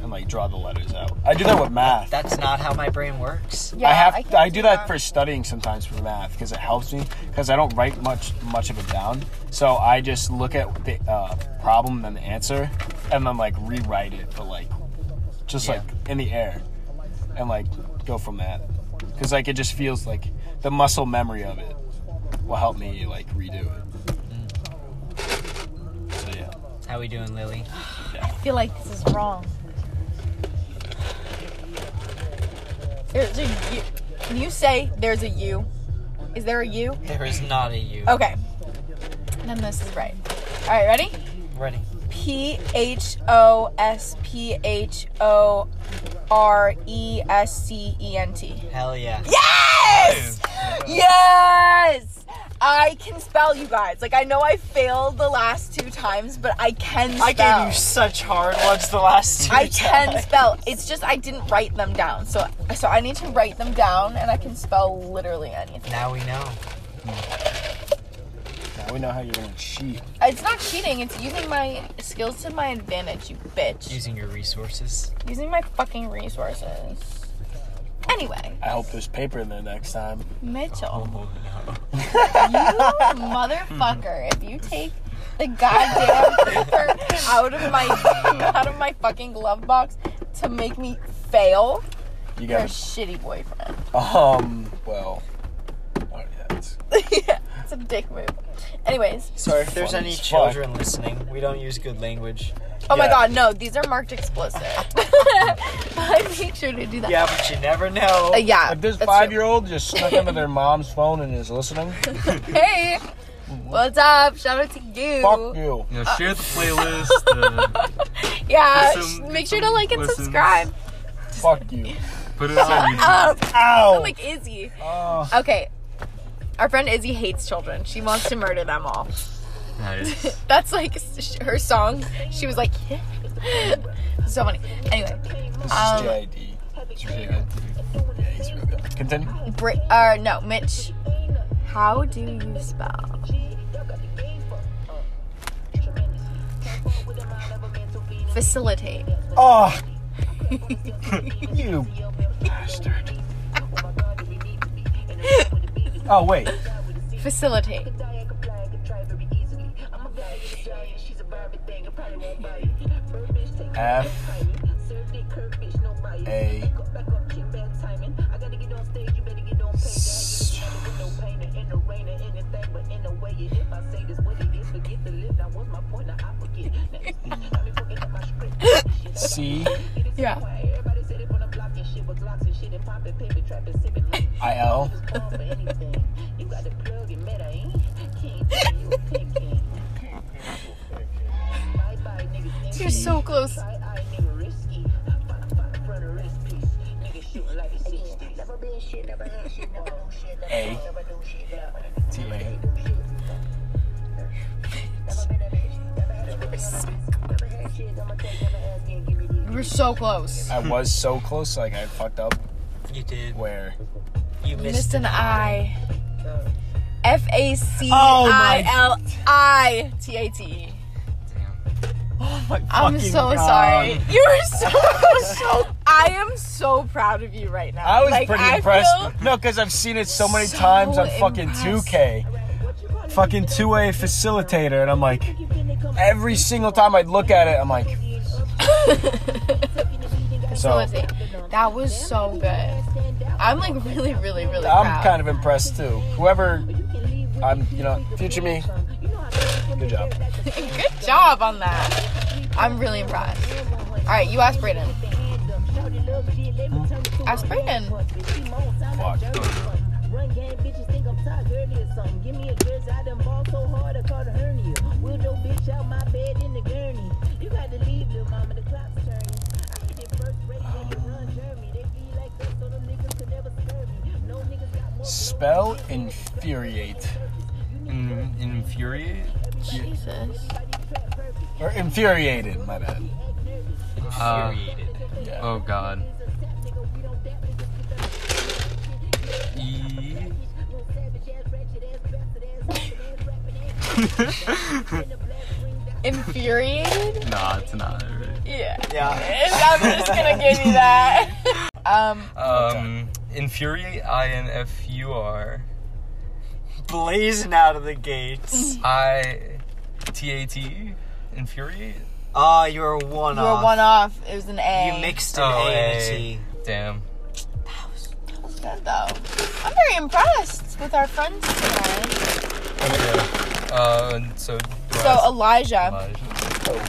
Speaker 3: and like draw the letters out. I do that with math.
Speaker 1: That's not how my brain works.
Speaker 2: Yeah,
Speaker 3: I have
Speaker 2: can't
Speaker 3: I, do that
Speaker 2: that.
Speaker 3: for studying sometimes for math because it helps me because I don't write much much of it down. So I just look at the uh, problem and the answer, and then like rewrite it, but like just
Speaker 1: Yeah.
Speaker 3: like in the air, and like go from that because like it just feels like the muscle memory of it will help me like redo it. So yeah,
Speaker 1: How we doing, Lily?
Speaker 2: I feel like this is wrong. There's a U. Can you say there's a U? Is there a U?
Speaker 1: There is not a U.
Speaker 2: Okay. Then this is right. All right, ready?
Speaker 1: Ready?
Speaker 2: P H O S P H O R E S C E N T.
Speaker 1: Hell yeah.
Speaker 2: Yes! Yes! I can spell, you guys. Like, I know I failed the last two times, but I can spell.
Speaker 1: I gave you such hard ones the last two.
Speaker 2: I can
Speaker 1: times.
Speaker 2: spell. It's just I didn't write them down. So so I need to write them down and I can spell literally anything.
Speaker 1: Now we know.
Speaker 3: now we know how you're gonna cheat.
Speaker 2: It's not cheating, it's using my skills to my advantage, you bitch.
Speaker 1: Using your resources.
Speaker 2: Using my fucking resources. Anyway,
Speaker 3: I hope there's paper in there next time.
Speaker 2: Mitchell,
Speaker 1: Oh no.
Speaker 2: motherfucker, if you take the goddamn paper out of my out of my [laughs] fucking glove box to make me fail,
Speaker 3: You
Speaker 2: you're a [laughs]
Speaker 3: gotta
Speaker 2: shitty boyfriend.
Speaker 3: Um. Well. Oh, yeah, it's-
Speaker 2: It's a dick move. Anyways.
Speaker 1: Sorry if there's
Speaker 3: Funny
Speaker 1: any
Speaker 3: as fuck.
Speaker 1: children listening. We don't use good language.
Speaker 2: Oh my
Speaker 3: Yeah.
Speaker 2: god, no, these are marked explicit. [laughs] I make sure to do that.
Speaker 1: Yeah, but you never know.
Speaker 2: Uh, yeah.
Speaker 3: If this
Speaker 2: that's
Speaker 3: five year old just snuck into their mom's phone and
Speaker 2: [laughs]
Speaker 3: is listening,
Speaker 2: true. Hey! What's up? Shout out to you.
Speaker 3: fuck you.
Speaker 4: You know, share the playlist. Uh,
Speaker 2: Yeah,
Speaker 4: Listen,
Speaker 2: sh- make sure to like and
Speaker 4: listen.
Speaker 2: subscribe.
Speaker 3: Fuck you.
Speaker 4: put it on YouTube.
Speaker 2: Up.
Speaker 3: Ow!
Speaker 2: [laughs] I'm like Izzy.
Speaker 3: Oh,
Speaker 2: Okay. Our friend Izzy hates children. She wants to murder them all. [laughs]
Speaker 4: Nice.
Speaker 2: That's like s- sh- her song. She was like, [laughs] so funny. Anyway,
Speaker 3: this
Speaker 2: um,
Speaker 3: is JID. It's really good. Yeah, he's really
Speaker 2: [laughs]
Speaker 3: good. Continue.
Speaker 2: Bri- uh, no, Mitch. How do you spell? Facilitate. [laughs]
Speaker 3: Oh! you bastard. Oh, wait.
Speaker 2: Facilitate.
Speaker 3: F. A. S- C.
Speaker 2: Yeah.
Speaker 3: I. L.
Speaker 2: You're so close.
Speaker 3: A. T. A.
Speaker 2: You're so close.
Speaker 3: I was so close, like I fucked up.
Speaker 1: You did.
Speaker 3: Where?
Speaker 1: You
Speaker 2: You
Speaker 1: missed.
Speaker 2: missed an I. F A C I L I T A T E.
Speaker 4: Damn.
Speaker 2: I'm so sorry. [laughs] You are so so. I am so proud of you right now.
Speaker 3: I was
Speaker 2: Like,
Speaker 3: pretty
Speaker 2: I
Speaker 3: impressed.
Speaker 2: feel-
Speaker 3: No, because I've seen it so many
Speaker 2: so
Speaker 3: times on fucking
Speaker 2: impressed.
Speaker 3: 2K. Fucking 2A facilitator, and I'm like, every single time I'd look at it, I'm like,
Speaker 2: [laughs]
Speaker 3: so
Speaker 2: Facilitate. That was so good. I'm like really, really, really
Speaker 3: I'm
Speaker 2: proud.
Speaker 3: kind of impressed too. Whoever, I'm, you know, future me. Good job.
Speaker 2: Good job on that. I'm really impressed. All right, you ask Brayden. Ask Brayden.
Speaker 3: Fuck. Spell infuriate
Speaker 4: In- infuriate?
Speaker 2: Jesus.
Speaker 3: or infuriated. My bad.
Speaker 4: Uh,
Speaker 1: Infuriated.
Speaker 3: Yeah.
Speaker 4: oh god. E. [laughs]
Speaker 2: Infuriated?
Speaker 4: nah, it's not. Right.
Speaker 2: Yeah.
Speaker 1: Yeah.
Speaker 2: I'm just gonna give you that. [laughs] Um,
Speaker 4: Um, infuriate. I N F U R.
Speaker 1: [laughs] Blazing out of
Speaker 2: [laughs]
Speaker 1: the gates.
Speaker 4: I T A T. Infuriate.
Speaker 1: Ah, you were one
Speaker 2: you were
Speaker 1: off.
Speaker 2: one off. It was an A.
Speaker 1: You mixed an
Speaker 4: Oh,
Speaker 1: A and
Speaker 4: A.
Speaker 1: a T.
Speaker 4: Damn.
Speaker 2: Good though. I'm very impressed with our friends tonight.
Speaker 4: Uh, so. do
Speaker 2: So
Speaker 4: I-
Speaker 2: Elijah,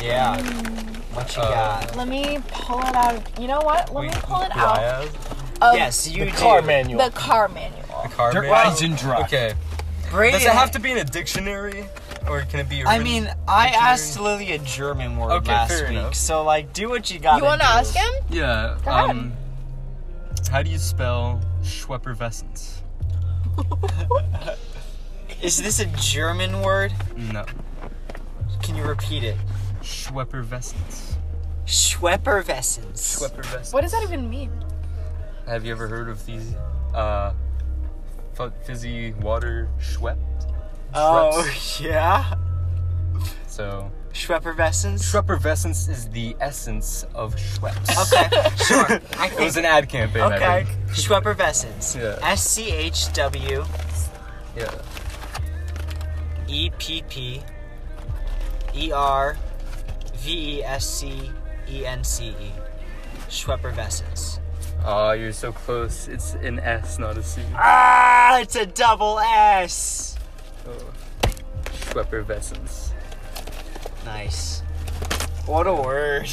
Speaker 1: Yeah. What you
Speaker 4: Uh,
Speaker 1: got?
Speaker 2: let me pull it out. Of, you know what? Let
Speaker 4: Wait,
Speaker 2: me pull it
Speaker 4: do I
Speaker 2: out
Speaker 4: ask?
Speaker 2: of
Speaker 1: yes, you
Speaker 3: The
Speaker 1: do.
Speaker 3: car manual.
Speaker 2: the car manual.
Speaker 4: Car
Speaker 3: Dirt
Speaker 4: man?
Speaker 3: rides and drive.
Speaker 4: Okay.
Speaker 1: Brayden,
Speaker 4: Does it have to be in a dictionary, or can it be? a
Speaker 1: I
Speaker 4: written-
Speaker 1: mean, I asked Lily a German word
Speaker 4: Okay,
Speaker 1: last
Speaker 4: fair
Speaker 1: week,
Speaker 4: enough.
Speaker 1: so like, do what you got.
Speaker 2: You want to ask him?
Speaker 4: Yeah.
Speaker 2: Go ahead.
Speaker 4: Um, how do you spell Schweppervescence?
Speaker 1: Is this a German word?
Speaker 4: No.
Speaker 1: Can you repeat it?
Speaker 4: Schweppervescence.
Speaker 1: Schweppervescence.
Speaker 4: Schweppervescence.
Speaker 2: What does that even mean?
Speaker 4: Have you ever heard of these? Uh, fu- fizzy water Schwepped.
Speaker 1: oh [laughs] yeah.
Speaker 4: So
Speaker 1: Schweppervescence.
Speaker 4: [laughs] Schweppervescence is the essence of Schweppes.
Speaker 1: [laughs] okay, sure. [laughs] I
Speaker 4: It was an
Speaker 1: think.
Speaker 4: ad campaign. I
Speaker 1: Okay.
Speaker 4: think.
Speaker 1: Schweppervescence.
Speaker 4: Yeah.
Speaker 1: S C H W
Speaker 4: Yeah.
Speaker 1: E P P E R V E S C E N C E. Schweppervescence.
Speaker 4: Oh, you're so close. It's an S, not a C.
Speaker 1: Ah, it's a double S.
Speaker 4: Oh, Repervescence.
Speaker 1: Nice. What a [laughs] word.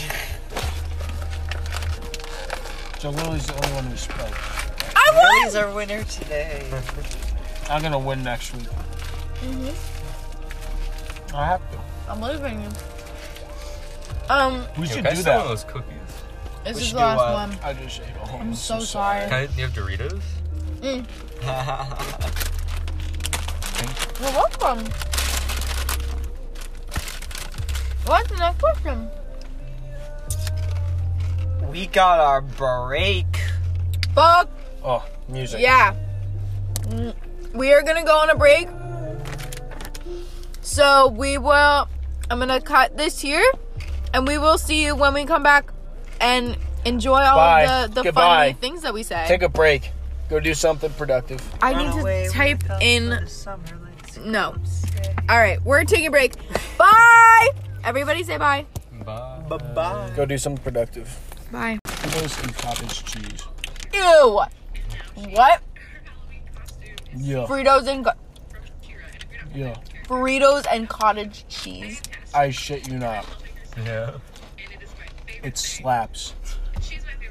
Speaker 3: So Lily's the only one who spoke.
Speaker 2: I won!
Speaker 1: Lily's our winner today.
Speaker 3: I'm gonna win next week. Mm-hmm.
Speaker 2: Mm-hmm.
Speaker 3: I have to.
Speaker 2: I'm leaving you. Um,
Speaker 3: We should
Speaker 4: Yo, can I
Speaker 3: do
Speaker 4: still
Speaker 3: that.
Speaker 4: want those cookies.
Speaker 2: this
Speaker 1: We
Speaker 2: is
Speaker 1: should
Speaker 2: the
Speaker 1: do,
Speaker 2: last
Speaker 1: uh,
Speaker 2: one.
Speaker 3: I just ate a whole.
Speaker 2: Um, I'm so sorry.
Speaker 4: Can I, do you have Doritos?
Speaker 2: Mm, you're welcome. What's the next question?
Speaker 1: we got our break.
Speaker 2: Fuck
Speaker 3: Oh, music.
Speaker 2: yeah. Mm, We are gonna go on a break. So we will. I'm gonna cut this here, and we will see you when we come back and enjoy all
Speaker 3: Bye.
Speaker 2: of the, the
Speaker 3: Goodbye.
Speaker 2: funny things that we say.
Speaker 3: Take a break. Go do something productive.
Speaker 2: I need to type in. No. All right, we're taking a [laughs] break. Bye. Everybody say bye.
Speaker 4: Bye.
Speaker 1: Bye bye.
Speaker 3: Go do something productive.
Speaker 2: Bye.
Speaker 3: Tomatoes and cottage cheese.
Speaker 2: Ew. What?
Speaker 3: Yeah.
Speaker 2: Fritos and co-
Speaker 3: Yeah.
Speaker 2: burritos and cottage cheese.
Speaker 3: I shit you not.
Speaker 4: Yeah.
Speaker 3: It slaps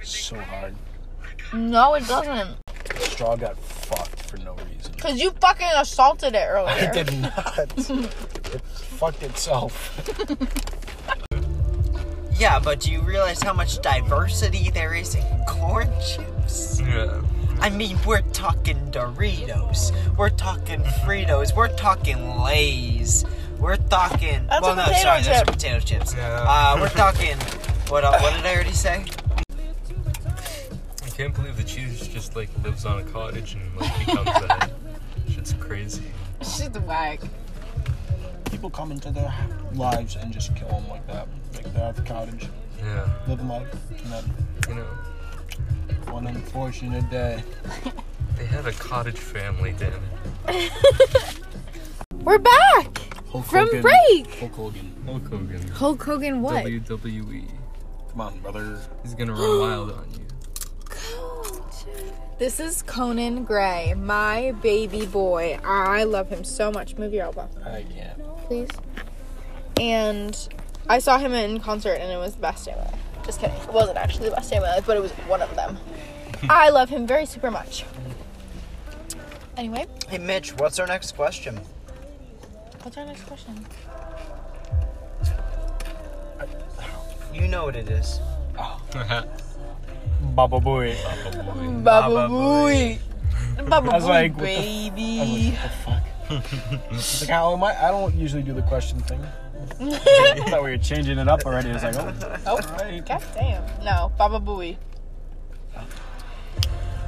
Speaker 3: so hard.
Speaker 2: No, it doesn't.
Speaker 3: Straw got fucked for no reason.
Speaker 2: Cause you fucking assaulted it earlier.
Speaker 3: It did not. [laughs] it fucked itself.
Speaker 1: Yeah, but do you realize how much diversity there is in corn chips?
Speaker 4: Yeah.
Speaker 1: I mean, we're talking Doritos, we're talking Fritos, we're talking Lay's, we're talking.
Speaker 2: That's
Speaker 1: well,
Speaker 2: a
Speaker 1: no,
Speaker 2: potato
Speaker 1: sorry, those are
Speaker 2: chip.
Speaker 1: potato chips.
Speaker 4: Yeah.
Speaker 1: Uh, we're talking. What, uh, what did I already say?
Speaker 4: I can't believe the cheese just like lives on a cottage and like becomes that. Shit's crazy.
Speaker 2: [laughs] She's whack.
Speaker 3: People come into their lives and just kill them like that. Like they're at the cottage,
Speaker 4: Yeah.
Speaker 3: living life, and then
Speaker 4: You know,
Speaker 3: one unfortunate day.
Speaker 4: they had a cottage family, damn it.
Speaker 2: We're back
Speaker 3: Hulk
Speaker 2: from
Speaker 3: Hogan-
Speaker 2: break.
Speaker 3: Hulk Hogan.
Speaker 4: Hulk Hogan.
Speaker 2: Hulk Hogan, what?
Speaker 4: WWE.
Speaker 3: Come on, brother.
Speaker 4: He's
Speaker 2: [gasps]
Speaker 4: gonna run wild on you.
Speaker 2: This is Conan Gray, my baby boy. I love him so much. Move your elbow.
Speaker 3: I can't.
Speaker 2: please. And I saw him in concert, and it was the best day of my life. Just kidding. It wasn't actually the best day of my life, but it was one of
Speaker 3: [laughs]
Speaker 2: them. I love him very super much. Anyway,
Speaker 1: Hey, Mitch, what's our next question?
Speaker 2: what's our next question?
Speaker 1: You know what it is.
Speaker 3: Baba boy.
Speaker 2: Baba Booey. Baba
Speaker 3: [laughs] I was like,
Speaker 2: Booey, baby. [laughs]
Speaker 3: what the f- I was like, what the fuck? like, how am I? I don't usually do the question thing. I thought we were changing it up already. I was like, oh, [laughs] oh right.
Speaker 2: God damn. No, Baba Booey.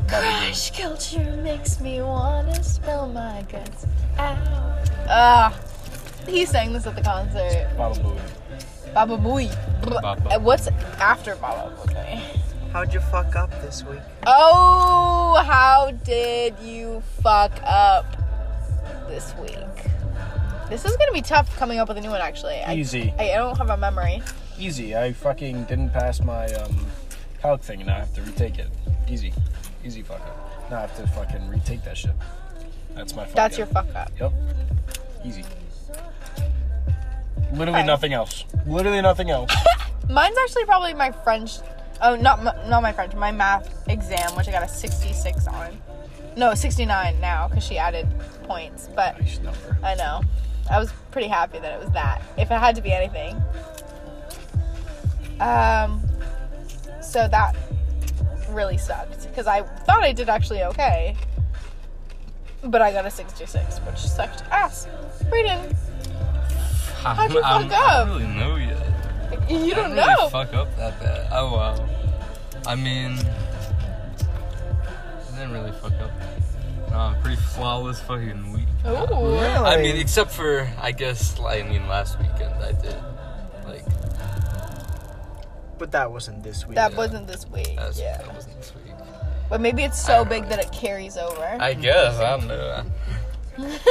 Speaker 2: Crash culture makes me wanna spill my guts out. Ah, he sang this at the concert.
Speaker 3: Baba boy.
Speaker 2: Baba Booey. uh,
Speaker 4: Baba.
Speaker 2: What's after Baba Booey?
Speaker 1: How'd you fuck up this week?
Speaker 2: Oh, how did you fuck up this week? This is gonna be tough coming up with a new one, actually. I,
Speaker 3: Easy.
Speaker 2: I, I don't have a memory.
Speaker 3: Easy. I fucking didn't pass my um, calc thing and I have to retake it. Easy. Easy fuck up. Now I have to fucking retake that shit. That's my fuck
Speaker 2: That's
Speaker 3: up.
Speaker 2: your fuck up.
Speaker 3: Yep. Easy. Literally
Speaker 2: Okay.
Speaker 3: nothing else. Literally nothing else.
Speaker 2: Mine's actually probably my French. Oh, not my, not my French. My math exam, which I got a 66 on. No, 69 now because she added points. But
Speaker 3: [laughs] nice number.
Speaker 2: I know. I was pretty happy that it was that. If it had to be anything. Um so that really sucked cuz I thought I did actually okay. But I got a 66, which sucked ass. Brayden, How'd you
Speaker 4: I'm-
Speaker 2: fuck
Speaker 4: I
Speaker 2: up?
Speaker 4: don't really know yet.
Speaker 2: you
Speaker 4: I
Speaker 2: don't
Speaker 4: really
Speaker 2: know.
Speaker 4: fuck up that bad. Oh wow. I mean, I didn't really fuck up. Nah, pretty flawless fucking week.
Speaker 2: Ooh.
Speaker 4: I mean, except for I guess I mean last weekend I did. Like
Speaker 1: But that wasn't this week.
Speaker 2: That wasn't this week.
Speaker 4: that's,
Speaker 2: yeah.
Speaker 4: that wasn't this week.
Speaker 2: But maybe it's
Speaker 4: I
Speaker 2: so
Speaker 4: don't
Speaker 2: big
Speaker 4: know.
Speaker 2: that it carries over.
Speaker 4: I guess I don't know.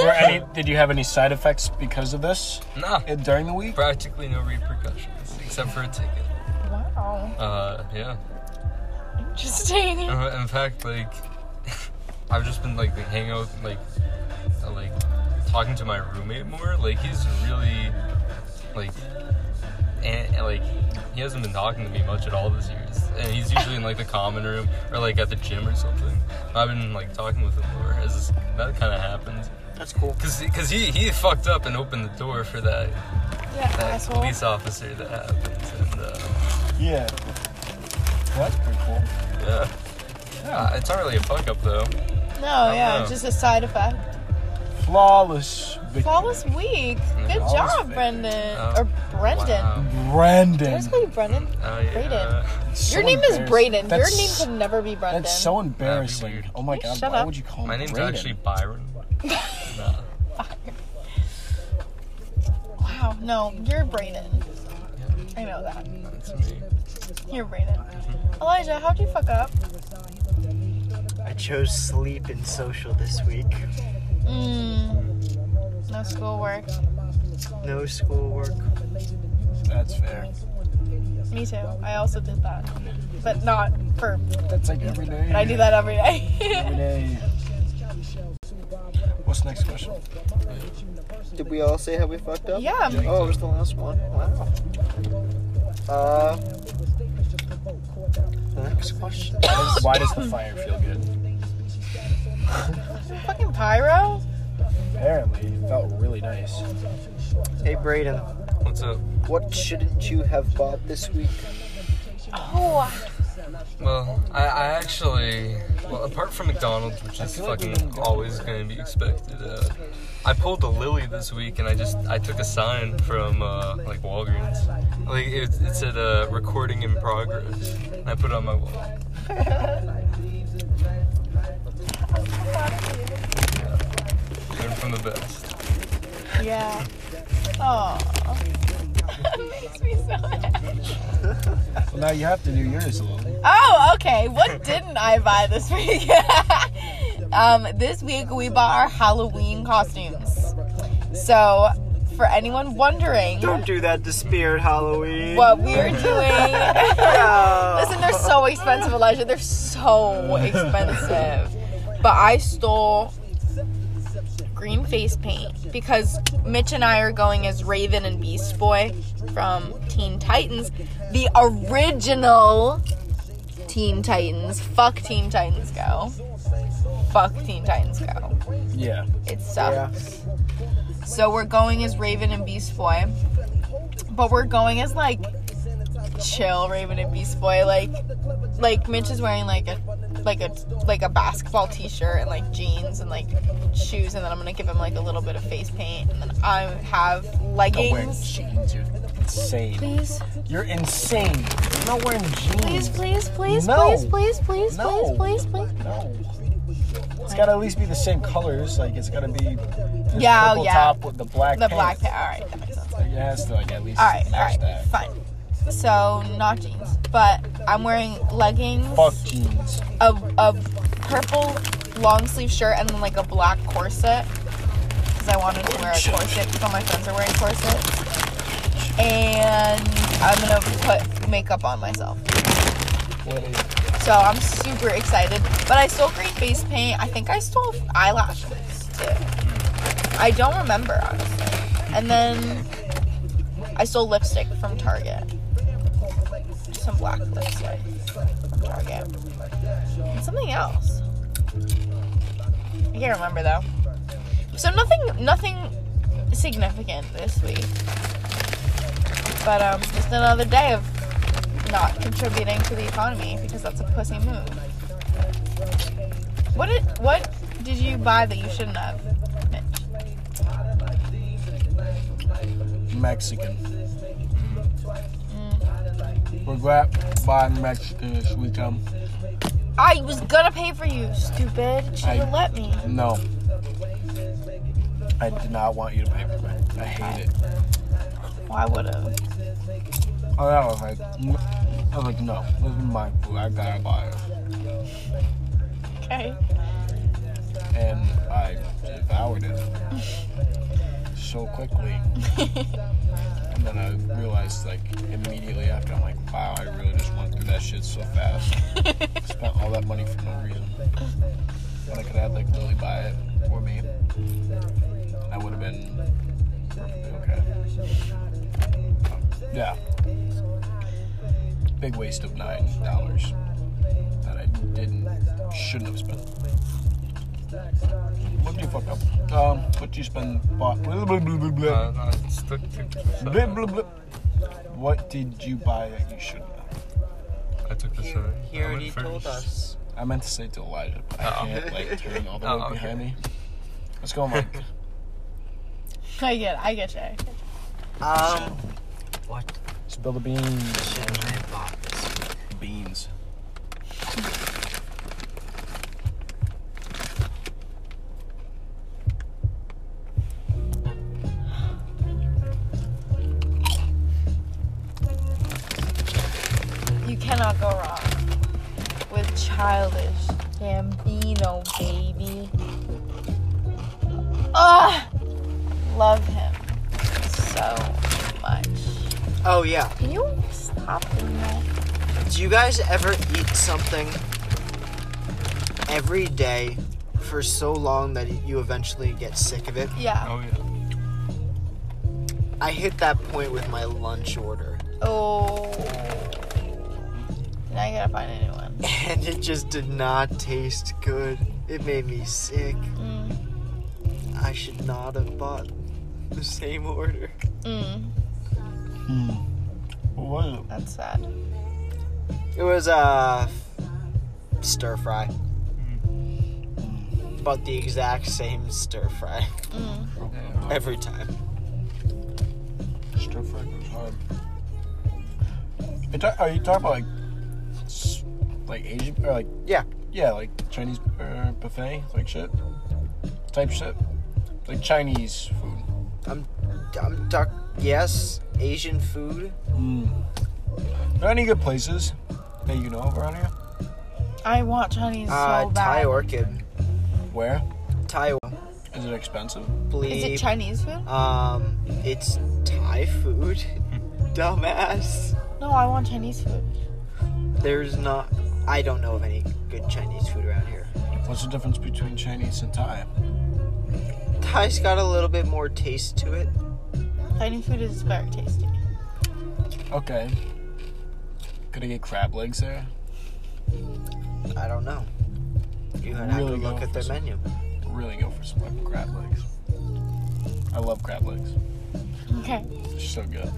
Speaker 3: Were any, did you have any side effects because of this
Speaker 4: Nah,
Speaker 3: uh, during the week?
Speaker 4: practically no repercussions except for a ticket.
Speaker 2: wow.
Speaker 4: Uh, yeah. [laughs]
Speaker 2: Interesting.
Speaker 4: Uh, [laughs] In fact, like I've just been like hanging out with, like uh, like talking to my roommate more. Like he's really like and, and, like he hasn't been talking to me much at all this year. It's- And he's usually in like the common room or like at the gym or something. I've been like talking with him more as that kind of happens.
Speaker 1: That's cool.
Speaker 4: Cause, Cause he he fucked up and opened the door for that,
Speaker 2: Yeah,
Speaker 4: that
Speaker 2: asshole.
Speaker 4: police officer that happened. And, uh,
Speaker 3: Yeah. Well, that's pretty cool.
Speaker 4: yeah. yeah, it's not really a fuck up though.
Speaker 2: No, yeah,
Speaker 4: know.
Speaker 2: just a side effect.
Speaker 3: Flawless victory.
Speaker 2: Flawless week.
Speaker 4: Mm-hmm.
Speaker 2: Good
Speaker 3: Flawless
Speaker 2: job,
Speaker 3: victory.
Speaker 2: Brendan.
Speaker 4: Oh,
Speaker 2: Or Brendan.
Speaker 4: Wow.
Speaker 2: Can I
Speaker 3: Brandon.
Speaker 2: just call you Brendan?
Speaker 4: Oh, yeah.
Speaker 2: Brayden.
Speaker 3: That's so
Speaker 2: Your name is
Speaker 3: embarrassing.
Speaker 2: Brayden. Your
Speaker 3: That's-
Speaker 2: name could never be Brendan.
Speaker 3: That's so embarrassing.
Speaker 4: weird.
Speaker 3: Oh my god,
Speaker 2: Shut
Speaker 3: why
Speaker 2: up.
Speaker 3: would you call
Speaker 4: My
Speaker 3: him
Speaker 4: name's
Speaker 3: Brayden?
Speaker 4: actually Byron. nah.
Speaker 2: Wow, no, you're Brayden. I know that.
Speaker 4: That's me.
Speaker 2: You're Brayden.
Speaker 4: Mm-hmm.
Speaker 2: Elijah, how'd you fuck up?
Speaker 1: I chose sleep and social this week.
Speaker 2: Mm. No schoolwork.
Speaker 1: No schoolwork.
Speaker 3: That's fair.
Speaker 2: Me too. I also did that. But not for
Speaker 3: That's like every day.
Speaker 2: but I do that every
Speaker 3: Every
Speaker 2: day. [laughs]
Speaker 3: day. What's the next question?
Speaker 1: Did we all say how we fucked up?
Speaker 2: yeah.
Speaker 1: Oh, it was the last one. Wow. Uh. The next question.
Speaker 3: Why does the fire feel good?
Speaker 2: Fucking pyro?
Speaker 3: Apparently, it felt really nice.
Speaker 1: Hey, Brayden,
Speaker 4: What's up?
Speaker 1: what shouldn't you have bought this week?
Speaker 2: Oh
Speaker 4: Well, I, I actually, well, apart from McDonald's, which is
Speaker 3: feel like we
Speaker 4: fucking
Speaker 3: didn't go
Speaker 4: always going to be expected, uh, I pulled a lily this week and I just, I took a sign from, uh, like, Walgreens. Like, it, it said, uh, recording in progress. And I put it on my wall. [laughs] Learn from the best.
Speaker 2: yeah. Oh. [laughs] that makes me so happy.
Speaker 3: Well, now you have to do yours, Lily.
Speaker 2: Oh, okay. What didn't I buy this week? [laughs] um, this week we bought our Halloween costumes. So, for anyone wondering
Speaker 1: Don't do that to Spirit Halloween.
Speaker 2: what we're doing, [laughs]
Speaker 1: No.
Speaker 2: listen, they're so expensive, Elijah. They're so expensive. But I stole green face paint because Mitch and I are going as Raven and Beast Boy from Teen Titans, the original Teen Titans. Fuck Teen Titans Go. Fuck Teen Titans Go. uh,
Speaker 3: Yeah.
Speaker 2: It
Speaker 1: Yeah.
Speaker 2: sucks. So we're going as Raven and Beast Boy. But we're going as like chill Raven and Beast Boy. Like like Mitch is wearing like a like a like a basketball t-shirt and like jeans and like shoes and then I'm gonna give him like a little bit of face paint and then I have
Speaker 3: Not wearing
Speaker 2: leggings.
Speaker 3: jeans. You're insane.
Speaker 2: Please,
Speaker 3: You're insane. You're not wearing jeans.
Speaker 2: please, please, please,
Speaker 3: No.
Speaker 2: please, please, please,
Speaker 3: No.
Speaker 2: please, please, please.
Speaker 3: No. It's gotta at least be the same colors. Like it's gotta be the
Speaker 2: Yeah, oh,
Speaker 3: purple
Speaker 2: yeah.
Speaker 3: top with the black.
Speaker 2: The
Speaker 3: pants.
Speaker 2: black paint. Alright, that makes sense.
Speaker 3: Like, it has to like at least
Speaker 2: Alright,
Speaker 3: match
Speaker 2: alright,
Speaker 3: that.
Speaker 2: fine. So not jeans, but I'm wearing leggings.
Speaker 3: Fuck jeans.
Speaker 2: a, a purple long sleeve shirt and then like a black corset because I wanted to wear a corset because all my friends are wearing corsets. And I'm gonna put makeup on myself.
Speaker 3: What is?
Speaker 2: So I'm super excited. But I stole green face paint. I think I stole eyelashes too. I don't remember honestly. And then I stole lipstick from Target. Some black lipstick from Target. And something else. I can't remember though. So nothing nothing significant this week. But um just another day of not contributing to the economy because that's a pussy move. What did what did you buy that you shouldn't have, Mitch?
Speaker 3: Mexican. We're glad by Mexican this weekend.
Speaker 2: I was gonna pay for you, stupid. You should
Speaker 3: I-
Speaker 2: have let me.
Speaker 3: No. I did not want you to pay for that. I hate it.
Speaker 2: Why would have?
Speaker 3: Oh, that was like, I was like, no, this is my food. I gotta buy it.
Speaker 2: Okay.
Speaker 3: And I devoured it so quickly. and then I realized, like, immediately after, I'm like, wow, I really just went through that shit so fast. Spent all that money for no reason. When I could have, like, Lily buy it for me. That would have been okay. Yeah. Big waste of nine dollars that I didn't shouldn't have spent. What do you fuck up? Um, what do you spend? Bought, blah, blah, blah, blah, blah.
Speaker 4: Uh, no, I stuck to
Speaker 3: Blah, blah, blah. What did you buy that you shouldn't have?
Speaker 4: I took the
Speaker 1: He,
Speaker 4: seven.
Speaker 1: he
Speaker 4: I
Speaker 1: already
Speaker 4: went first.
Speaker 1: told us.
Speaker 3: I meant to say to Elijah, but I
Speaker 4: Oh.
Speaker 3: can't like turn all the
Speaker 4: Oh,
Speaker 3: way
Speaker 4: okay.
Speaker 3: behind me. Let's go,
Speaker 4: [laughs]
Speaker 3: Mike.
Speaker 2: I get, I get you.
Speaker 1: Um, what
Speaker 3: Spill the beans.
Speaker 1: should I have bought this week?
Speaker 3: Beans.
Speaker 2: You cannot go wrong with childish Gambino, baby. Ah, love him so much.
Speaker 1: Oh yeah.
Speaker 2: Can you stop doing that?
Speaker 1: Do you guys ever eat something every day for so long that you eventually get sick of it?
Speaker 2: Yeah.
Speaker 4: Oh yeah.
Speaker 1: I hit that point with my lunch order,
Speaker 2: Oh. Now I gotta find a new one.
Speaker 1: and it just did not taste good. It made me sick.
Speaker 2: Mm.
Speaker 1: I should not have bought the same order.
Speaker 2: Mm.
Speaker 3: What was it?
Speaker 2: That's sad.
Speaker 1: It was uh, stir fry. But the exact same stir fry [laughs]
Speaker 2: Mm.
Speaker 1: every time.
Speaker 3: Stir fry goes hard. You talk, are you talking about like, s- like Asian or like
Speaker 1: Yeah.
Speaker 3: yeah, like Chinese uh, buffet, like shit, type shit, like Chinese food.
Speaker 1: I'm, I'm talk. Yes, Asian food.
Speaker 3: Hmm. Are there any good places that you know of around here?
Speaker 2: I want Chinese
Speaker 1: Uh,
Speaker 2: so
Speaker 1: Thai
Speaker 2: bad.
Speaker 1: orchid.
Speaker 3: Where
Speaker 1: Thai
Speaker 3: is it expensive?
Speaker 1: bleep.
Speaker 2: Is it Chinese food?
Speaker 1: Um, it's Thai
Speaker 2: [laughs]
Speaker 1: food. Dumbass.
Speaker 2: No, I want Chinese food.
Speaker 1: There's not. I don't know of any good Chinese food around here.
Speaker 3: What's the difference between Chinese and Thai?
Speaker 1: Thai's got a little bit more taste to it.
Speaker 2: Chinese food is very tasty.
Speaker 3: Okay. Could I get crab legs there?
Speaker 1: I don't know. You would have to
Speaker 3: Really
Speaker 1: look
Speaker 3: go
Speaker 1: at
Speaker 3: for
Speaker 1: their
Speaker 3: some-
Speaker 1: menu.
Speaker 3: Really go for some fucking crab legs. I love crab legs.
Speaker 2: Okay.
Speaker 3: They're so good.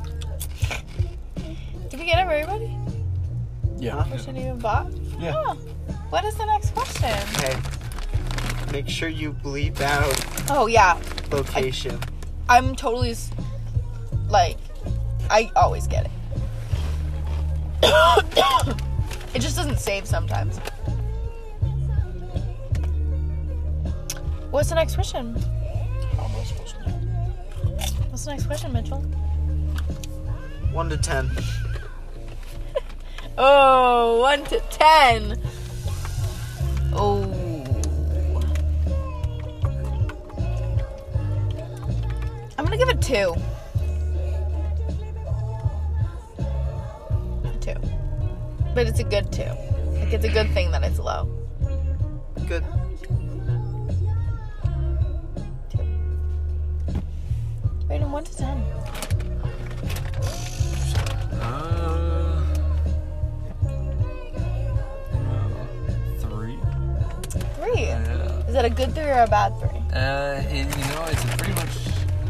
Speaker 2: Did we get everybody?
Speaker 3: Yeah.
Speaker 1: Huh?
Speaker 2: Question even bought?
Speaker 3: Yeah.
Speaker 2: Oh. What is the next question?
Speaker 1: Okay. Make sure you bleep out
Speaker 2: Oh yeah,
Speaker 1: location.
Speaker 2: I'm totally s- like, I always get it. [coughs] it just doesn't save sometimes. What's the next question?
Speaker 3: How am I supposed to know?
Speaker 2: What's the next question, Mitchell?
Speaker 1: One to ten.
Speaker 2: Oh, one to ten. Oh. I'm gonna give it two. A two. But it's a good two. Like it's a good thing that it's low.
Speaker 1: Good.
Speaker 2: Rating one to ten.
Speaker 4: Uh, uh, three.
Speaker 2: Three.
Speaker 4: Yeah.
Speaker 2: Is that a good three or a bad three?
Speaker 4: Uh, it, you know, it's a pretty much.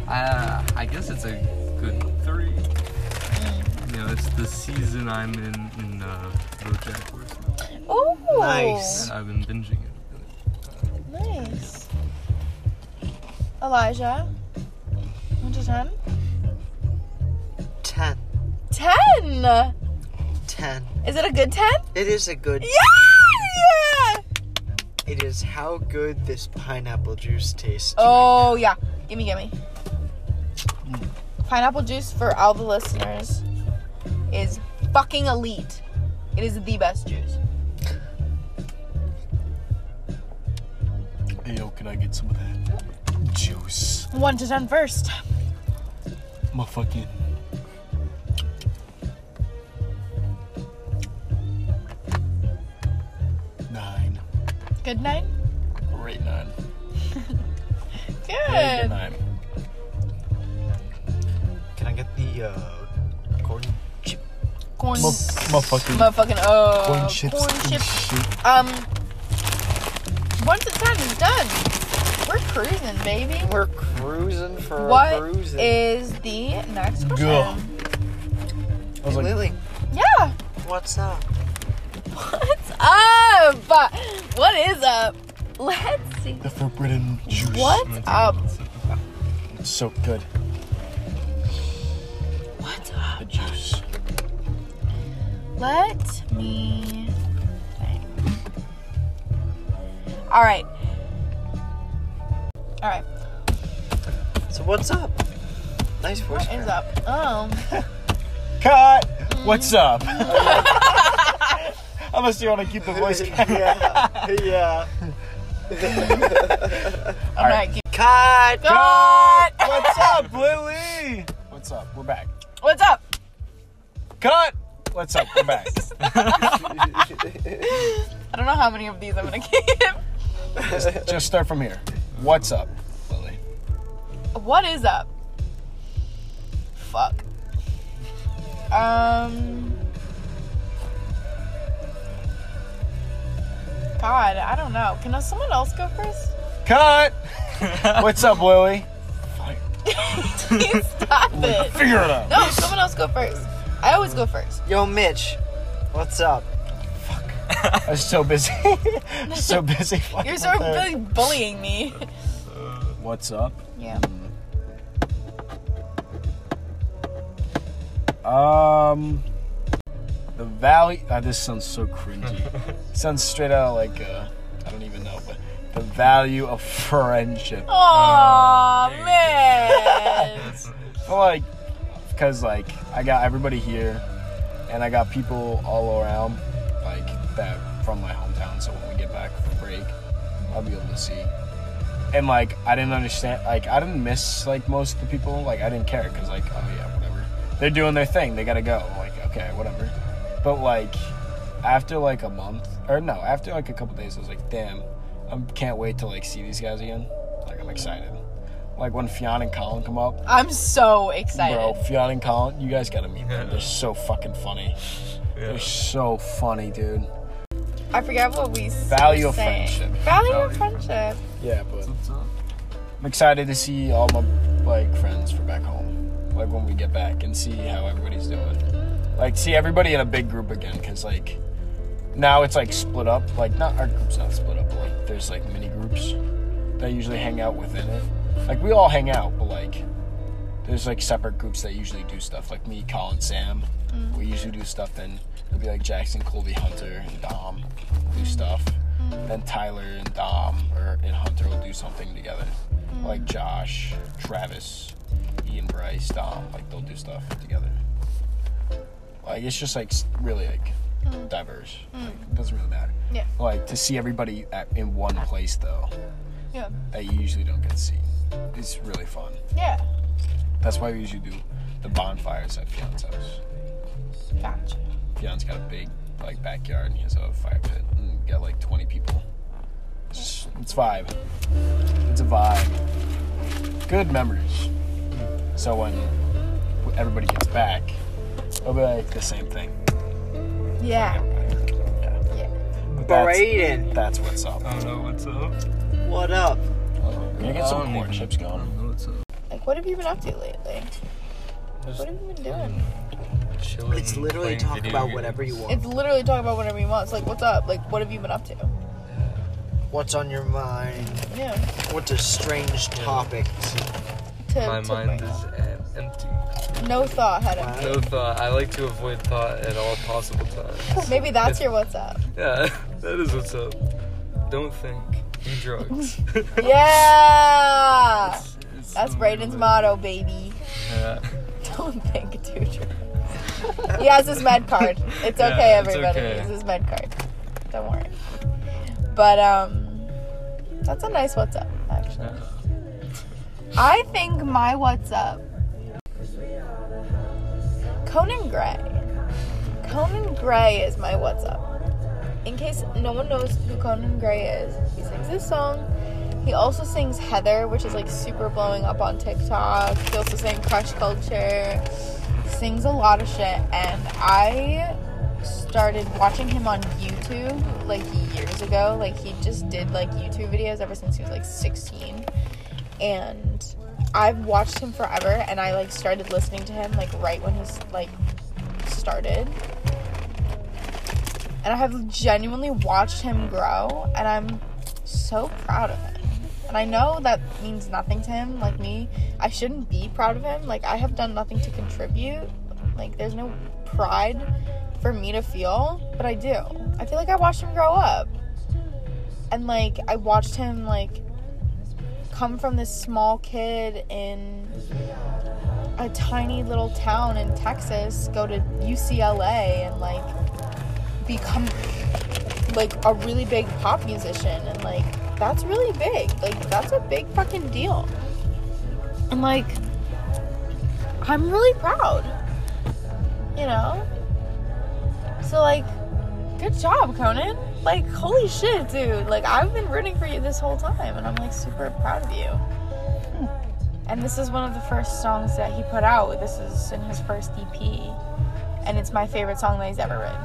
Speaker 4: Uh, I guess it's a good three. You know, it's the season I'm in in uh, BoJack Horseman.
Speaker 2: Ooh.
Speaker 1: Nice.
Speaker 4: I've been binging it.
Speaker 2: Nice. Elijah. One to ten.
Speaker 1: Ten.
Speaker 2: Ten.
Speaker 1: Ten.
Speaker 2: Is it a good 10?
Speaker 1: It is a good.
Speaker 2: Yeah!
Speaker 1: It is how good this pineapple juice tastes.
Speaker 2: Oh, yeah. Gimme, gimme. Pineapple juice for all the listeners is fucking elite. It is the best juice.
Speaker 3: Hey, yo, can I get some of that juice?
Speaker 2: One to ten first.
Speaker 3: My fucking. Nine.
Speaker 2: Good nine?
Speaker 3: Rate nine.
Speaker 2: Good.
Speaker 3: Rate nine.
Speaker 1: the uh, corn chip.
Speaker 2: Corn.
Speaker 3: Mo- motherfucking
Speaker 2: Motherfucking uh,
Speaker 3: corn chips. and shit.
Speaker 2: Um, once it's done, it's done. We're cruising, baby.
Speaker 1: We're cruising for
Speaker 2: What is
Speaker 1: cruising.
Speaker 2: the next question?
Speaker 3: Go. I was
Speaker 1: Hey,
Speaker 3: like,
Speaker 1: Lily,
Speaker 2: Yeah.
Speaker 1: what's up?
Speaker 2: What's up? What is up? Let's see.
Speaker 3: the forbidden juice.
Speaker 2: What's up?
Speaker 3: It's so good.
Speaker 2: What's up?
Speaker 3: The juice.
Speaker 2: Let me think. All right. All right.
Speaker 1: So what's up? Nice voice.
Speaker 2: What is up? Um.
Speaker 3: Cut. What's up? [laughs] Unless you want to keep the [laughs] voice.
Speaker 1: [laughs] yeah. Yeah.
Speaker 2: I'm
Speaker 3: right.
Speaker 2: not giving
Speaker 1: Cut.
Speaker 2: God.
Speaker 3: What's up, Lily? What's up? We're back.
Speaker 2: What's up?
Speaker 3: Cut. What's up? We're back.
Speaker 2: I don't know how many of these I'm gonna [laughs] give.
Speaker 3: Just start from here. What's up, Lily?
Speaker 2: What is up? Fuck. Um. God, I don't know. Can someone else go first? [laughs]
Speaker 3: Cut. What's up, [laughs] Lily?
Speaker 2: Please
Speaker 3: [laughs]
Speaker 2: stop it.
Speaker 3: Figure it out.
Speaker 2: No, someone else go first. I always go first.
Speaker 1: Yo, Mitch. What's up?
Speaker 3: I was so busy. [laughs] so busy.
Speaker 2: You're sort of really bullying me.
Speaker 3: What's up?
Speaker 2: Yeah.
Speaker 3: Um, the valley. Ah, this sounds so cringy. sounds straight out of like uh, I don't even know, but the value of friendship.
Speaker 2: Oh
Speaker 4: there you go.
Speaker 2: man.
Speaker 3: But like, cause like I got everybody here, and I got people all around, like that from my hometown. So when we get back from break, I'll be able to see. And like, I didn't understand. Like, I didn't miss like most of the people. Like, I didn't care because like, oh yeah, whatever. They're doing their thing. They gotta go. Like, okay, whatever. But like, after like a month, or no, after like a couple days, I was like, damn, I can't wait to like see these guys again. Like, I'm excited. Like when Fionn and Colin come up,
Speaker 2: I'm so excited.
Speaker 3: Bro, Fionn and Colin, you guys gotta meet them.
Speaker 4: Yeah.
Speaker 3: They're so fucking funny.
Speaker 4: Yeah.
Speaker 3: They're so funny, dude.
Speaker 2: I forgot what we s-
Speaker 3: Value
Speaker 2: were
Speaker 3: of
Speaker 2: saying.
Speaker 3: friendship.
Speaker 2: Value of
Speaker 4: Value of
Speaker 2: friendship.
Speaker 3: Yeah, but I'm excited to see all my like friends from back home. Like when we get back and see how everybody's doing. Like see everybody in a big group again, cause like now it's like split up. Like not our group's not split up, but like there's like mini groups that usually hang out within it. Like we all hang out, but like there's like separate groups that usually do stuff. Like me, Colin, Sam. We usually do stuff. Then it'll be like Jackson, Colby, Hunter, and Dom do stuff. Then Tyler and Dom or and Hunter will do something together. Like Josh, Travis, Ian, Bryce, Dom. Like they'll do stuff together. Like it's just like s- really like diverse. Like, it doesn't really matter.
Speaker 2: Yeah.
Speaker 3: Like to see everybody at, in one place though
Speaker 2: Yeah.
Speaker 3: that you usually don't get to see. It's really fun.
Speaker 2: Yeah.
Speaker 3: That's why we usually do the bonfires at Fion's house.
Speaker 2: Gotcha.
Speaker 3: Fion's got a big like backyard and he has a fire pit and we got like 20 people. It's, just- it's vibe. It's a vibe. Good memories. So when everybody gets back, it'll be like the same thing.
Speaker 2: Yeah.
Speaker 3: Yeah.
Speaker 2: Yeah.
Speaker 3: But that's,
Speaker 1: Braden.
Speaker 3: that's what's up.
Speaker 4: I don't know what's up.
Speaker 1: What up?
Speaker 3: Can you get
Speaker 4: I
Speaker 3: some
Speaker 4: don't
Speaker 3: corn
Speaker 4: even-
Speaker 3: chips
Speaker 4: I
Speaker 3: going?
Speaker 4: don't know what's up.
Speaker 2: Like, what have you been up to lately? What have you been doing?
Speaker 4: Chilling,
Speaker 1: It's literally
Speaker 4: playing
Speaker 1: talk
Speaker 4: video
Speaker 1: about
Speaker 4: games.
Speaker 1: whatever you want.
Speaker 2: It's literally talking about whatever you want. It's like, what's up? Like, what have you been up to?
Speaker 1: What's on your mind?
Speaker 2: Yeah.
Speaker 1: What's a strange topic? to-
Speaker 2: To,
Speaker 4: My
Speaker 2: to
Speaker 4: mind
Speaker 2: bring
Speaker 4: is
Speaker 2: up.
Speaker 4: em- empty.
Speaker 2: No thought, Heather.
Speaker 4: No thought. I like to avoid thought at all possible times.
Speaker 2: Maybe that's your
Speaker 4: [laughs]
Speaker 2: what's up.
Speaker 4: Yeah, that is what's up. Don't think. Do [laughs] drugs.
Speaker 2: Yeah.
Speaker 4: It's
Speaker 2: That's
Speaker 4: the
Speaker 2: Braden's
Speaker 4: moment.
Speaker 2: motto, baby.
Speaker 4: Yeah.
Speaker 2: Don't think too true. he has his med card. It's
Speaker 4: Yeah,
Speaker 2: okay,
Speaker 4: it's
Speaker 2: everybody.
Speaker 4: okay.
Speaker 2: It's his med card. Don't worry. But um, that's a nice what's up, actually. I think my what's up. Conan Gray. Conan Gray is my what's up. In case no one knows who Conan Gray is, he sings this song. He also sings Heather, which is like super blowing up on TikTok. He also sang Crush Culture. sings a lot of shit, and I started watching him on YouTube like years ago. Like he just did like YouTube videos ever since he was like 16, and I've watched him forever. And I like started listening to him like right when he's like started. And I have genuinely watched him grow, and I'm so proud of him. And I know that means nothing to him, like me. I shouldn't be proud of him. Like, I have done nothing to contribute. Like, there's no pride for me to feel, but I do. I feel like I watched him grow up. And, like, I watched him, like, come from this small kid in a tiny little town in Texas, go to UCLA, and, like, become like a really big pop musician and like that's really big like that's a big fucking deal and like i'm really proud you know so like good job conan like holy shit dude like i've been rooting for you this whole time and i'm like super proud of you and this is one of the first songs that he put out this is in his first ep and it's my favorite song that he's ever written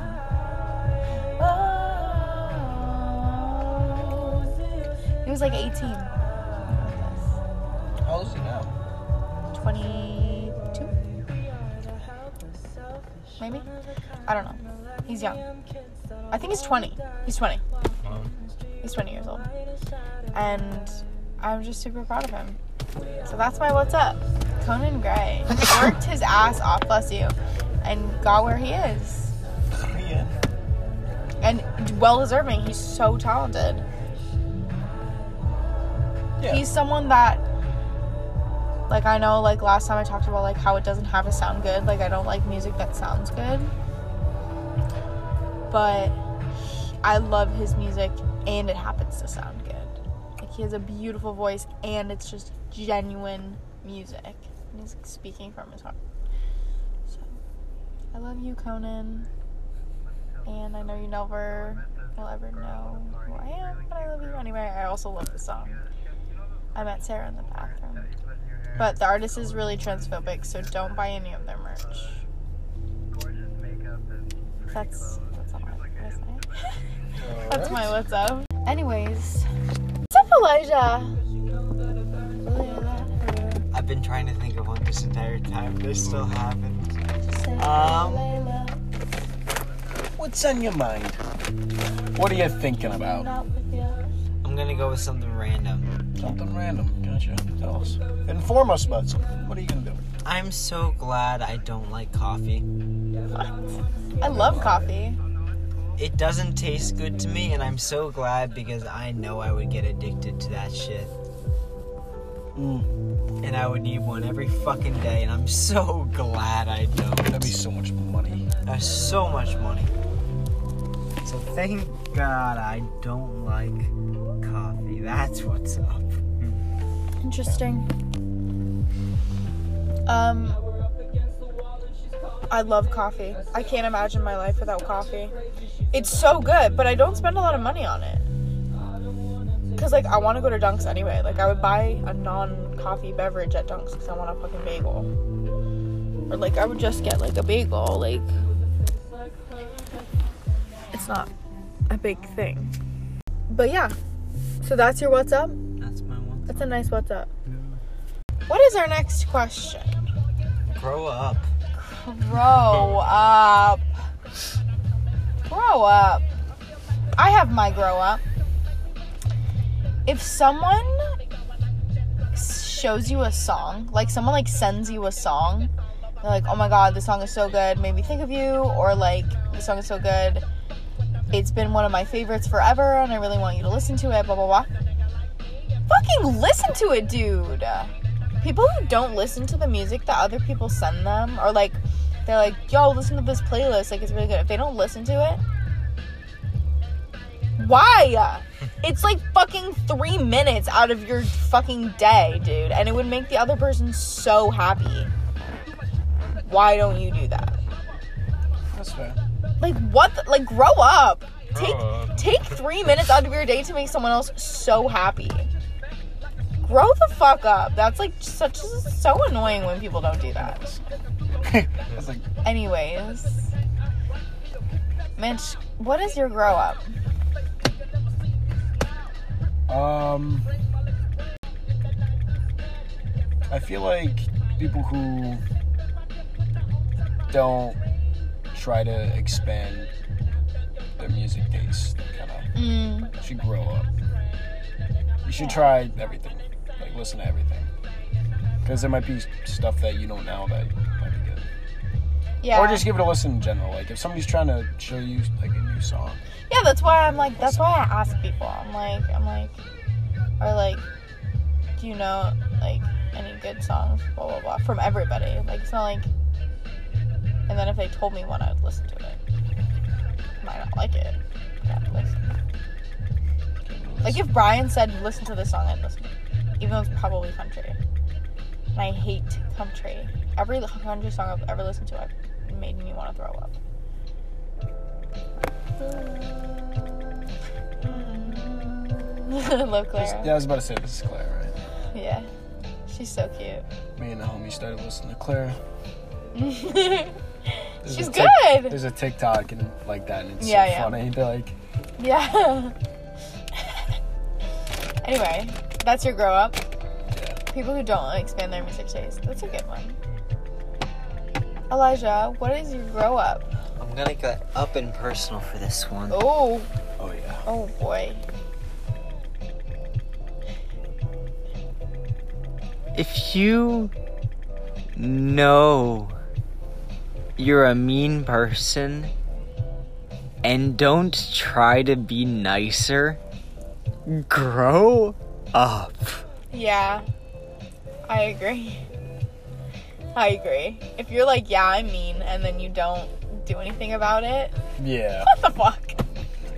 Speaker 2: he was like 18.
Speaker 3: How old is he now?
Speaker 2: 22? Maybe? I don't know. He's young. I think he's 20. He's 20.
Speaker 4: Um,
Speaker 2: He's 20 years old. And I'm just super proud of him. So that's my what's up. Conan Gray worked his ass off, bless you, and got where he is.
Speaker 3: Yeah.
Speaker 2: and well deserving. He's so talented.
Speaker 3: Yeah.
Speaker 2: He's someone that like I know like last time I talked about like how it doesn't have to sound good. Like I don't like music that sounds good. But he- I love his music and it happens to sound good. Like he has a beautiful voice and it's just genuine music. And he's speaking from his heart. So I love you, Conan. And I know you never will ever know who I am, but I love you anyway. I also love the song. I met Sarah in the bathroom. But the artist is really transphobic, so don't buy any of their merch. That's that's all I was gonna say. [laughs] that's my what's up. Anyways. What's up, Elijah?
Speaker 1: I've been trying to think of one this entire time. They still haven't.
Speaker 2: Um,
Speaker 3: What's on your mind? What are you thinking about?
Speaker 1: I'm gonna go with something random.
Speaker 3: Something random. Gotcha. Tell us. Inform us about something. What are you gonna do?
Speaker 1: I'm so glad I don't like coffee.
Speaker 2: I love coffee.
Speaker 1: It doesn't taste good to me, and I'm so glad because I know I would get addicted to that shit.
Speaker 3: Mm,
Speaker 1: And I would need one every fucking day, and I'm so [laughs] glad I don't.
Speaker 3: that'd be so much money.
Speaker 1: That's so much money. So thank God I don't like coffee. That's what's up.
Speaker 2: Interesting. Um, I love coffee. I can't imagine my life without coffee. It's so good, but I don't spend a lot of money on it. Cause like I want to go to Dunks anyway. Like I would buy a non-coffee beverage at Dunks because I want a fucking bagel. Or like I would just get like a bagel. Like it's not a big thing. But yeah. So that's your what's up.
Speaker 1: That's my one.
Speaker 2: That's a nice what's up. What is our next question?
Speaker 1: Grow up.
Speaker 2: Grow up. Grow up. I have my grow up. If someone shows you a song, like someone like sends you a song, they're like, "Oh my god, this song is so good, made me think of you," or like, "This song is so good, it's been one of my favorites forever, and I really want you to listen to it." Blah blah blah. Fucking listen to it, dude people who don't listen to the music that other people send them or like they're like yo listen to this playlist like it's really good if they don't listen to it why
Speaker 4: [laughs]
Speaker 2: it's like fucking three minutes out of your fucking day dude and it would make the other person so happy why don't you do that
Speaker 3: That's fair.
Speaker 2: like what the, like grow up
Speaker 4: Grow
Speaker 2: take
Speaker 4: up.
Speaker 2: take three minutes out of your day to make someone else so happy grow the fuck up that's like such so annoying when people don't do that
Speaker 3: [laughs] I was like,
Speaker 2: Anyways, Mitch, what is your grow up?
Speaker 3: Um, I feel like people who don't try to expand their music taste kind of
Speaker 2: Mm,
Speaker 3: should grow up. You should try everything, like listen to everything, because there might be stuff that you don't know that might be good.
Speaker 2: yeah.
Speaker 3: Or just give it a listen in general. Like if somebody's trying to show you like a new song,
Speaker 2: yeah, that's why I'm like, that's why I ask people. I'm like, I'm like, or like, do you know like any good songs? Blah blah blah from everybody. Like it's not like. And then if they told me one, I would listen to it. Might not like it. but I'd listen. Like if Brian said, "Listen to this song," I'd listen, even though it's probably country. And I hate country. Every country song I've ever listened to, I've made me want to throw up. [laughs] Look,
Speaker 3: Just-
Speaker 2: Clara.
Speaker 3: yeah, I was about to say this is Claire, right?
Speaker 2: Yeah. She's so
Speaker 3: Me and the homie started listening to Claire.
Speaker 2: cute.
Speaker 3: There's
Speaker 2: She's
Speaker 3: a tic-
Speaker 2: good.
Speaker 3: There's a TikTok and like that, and it's
Speaker 2: Yeah,
Speaker 3: so
Speaker 2: yeah.
Speaker 3: funny. They're like,
Speaker 2: [laughs] yeah. [laughs] anyway, that's your grow up.
Speaker 3: yeah.
Speaker 2: People who don't expand their music taste. That's a good one. Elijah, what is your grow up?
Speaker 1: I'm gonna get up and personal for this one.
Speaker 2: Oh,
Speaker 3: oh yeah.
Speaker 2: oh boy.
Speaker 1: If you know you're a mean person and don't try to be nicer, grow up.
Speaker 2: Yeah, I agree. [laughs] I agree. If you're like, yeah, I mean, and then you don't do anything about it, [laughs]
Speaker 3: Yeah.
Speaker 2: what the fuck?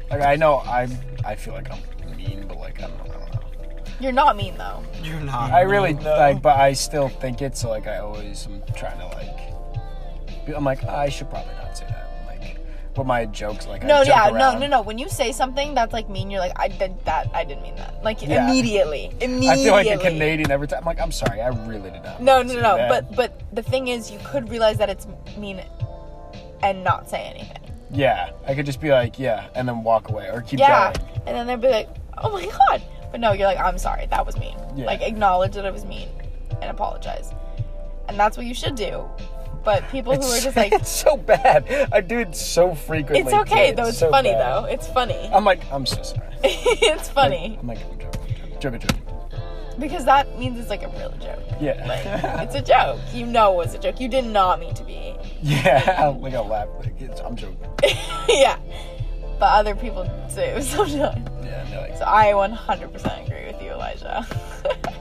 Speaker 3: Like I know I I feel like I'm mean, but like I don't, I don't know.
Speaker 2: You're not mean though.
Speaker 1: You're not.
Speaker 3: I really like, but I still think it. So like I always am trying to like. be- I'm like I should probably not say that. I'm Like, but my jokes like
Speaker 2: No,
Speaker 3: I joke
Speaker 2: yeah, no,
Speaker 3: around.
Speaker 2: no, no. When you say something that's like mean, you're like, I did that. I didn't mean that. Like
Speaker 3: Yeah.
Speaker 2: immediately, immediately.
Speaker 3: I feel like a Canadian every time. I'm like I'm sorry. I really did not.
Speaker 2: No,
Speaker 3: mean
Speaker 2: no,
Speaker 3: to
Speaker 2: no. no.
Speaker 3: do that.
Speaker 2: But but the thing is, you could realize that it's mean, and not say anything.
Speaker 3: yeah, I could just be like yeah, and then walk away or keep
Speaker 2: yeah,
Speaker 3: going.
Speaker 2: and then they'd be like, oh my god. But no, you're like, I'm sorry. That was mean.
Speaker 3: Yeah.
Speaker 2: Like acknowledge that it was mean, and apologize. And that's what you should do. But people who are just like,
Speaker 3: [laughs] it's so bad. I do it so frequently.
Speaker 2: it's okay
Speaker 3: too.
Speaker 2: though. It's
Speaker 3: so
Speaker 2: funny
Speaker 3: bad.
Speaker 2: though. It's funny. [laughs]
Speaker 3: I'm like, I'm so sorry.
Speaker 2: it's funny
Speaker 3: I'm like, I'm joking, I'm joking, joking,
Speaker 2: because that means it's like a real joke.
Speaker 3: joking. Yeah,
Speaker 2: Like, it's a joke. You know it was a joke. You did not mean to be.
Speaker 3: [laughs]
Speaker 2: [laughs]
Speaker 3: yeah. [laughs] Like I laugh. Like it's, I'm joking.
Speaker 2: yeah. But other people do [laughs] sometimes.
Speaker 3: Yeah, and they're like,
Speaker 2: So I 100% agree with you, Elijah.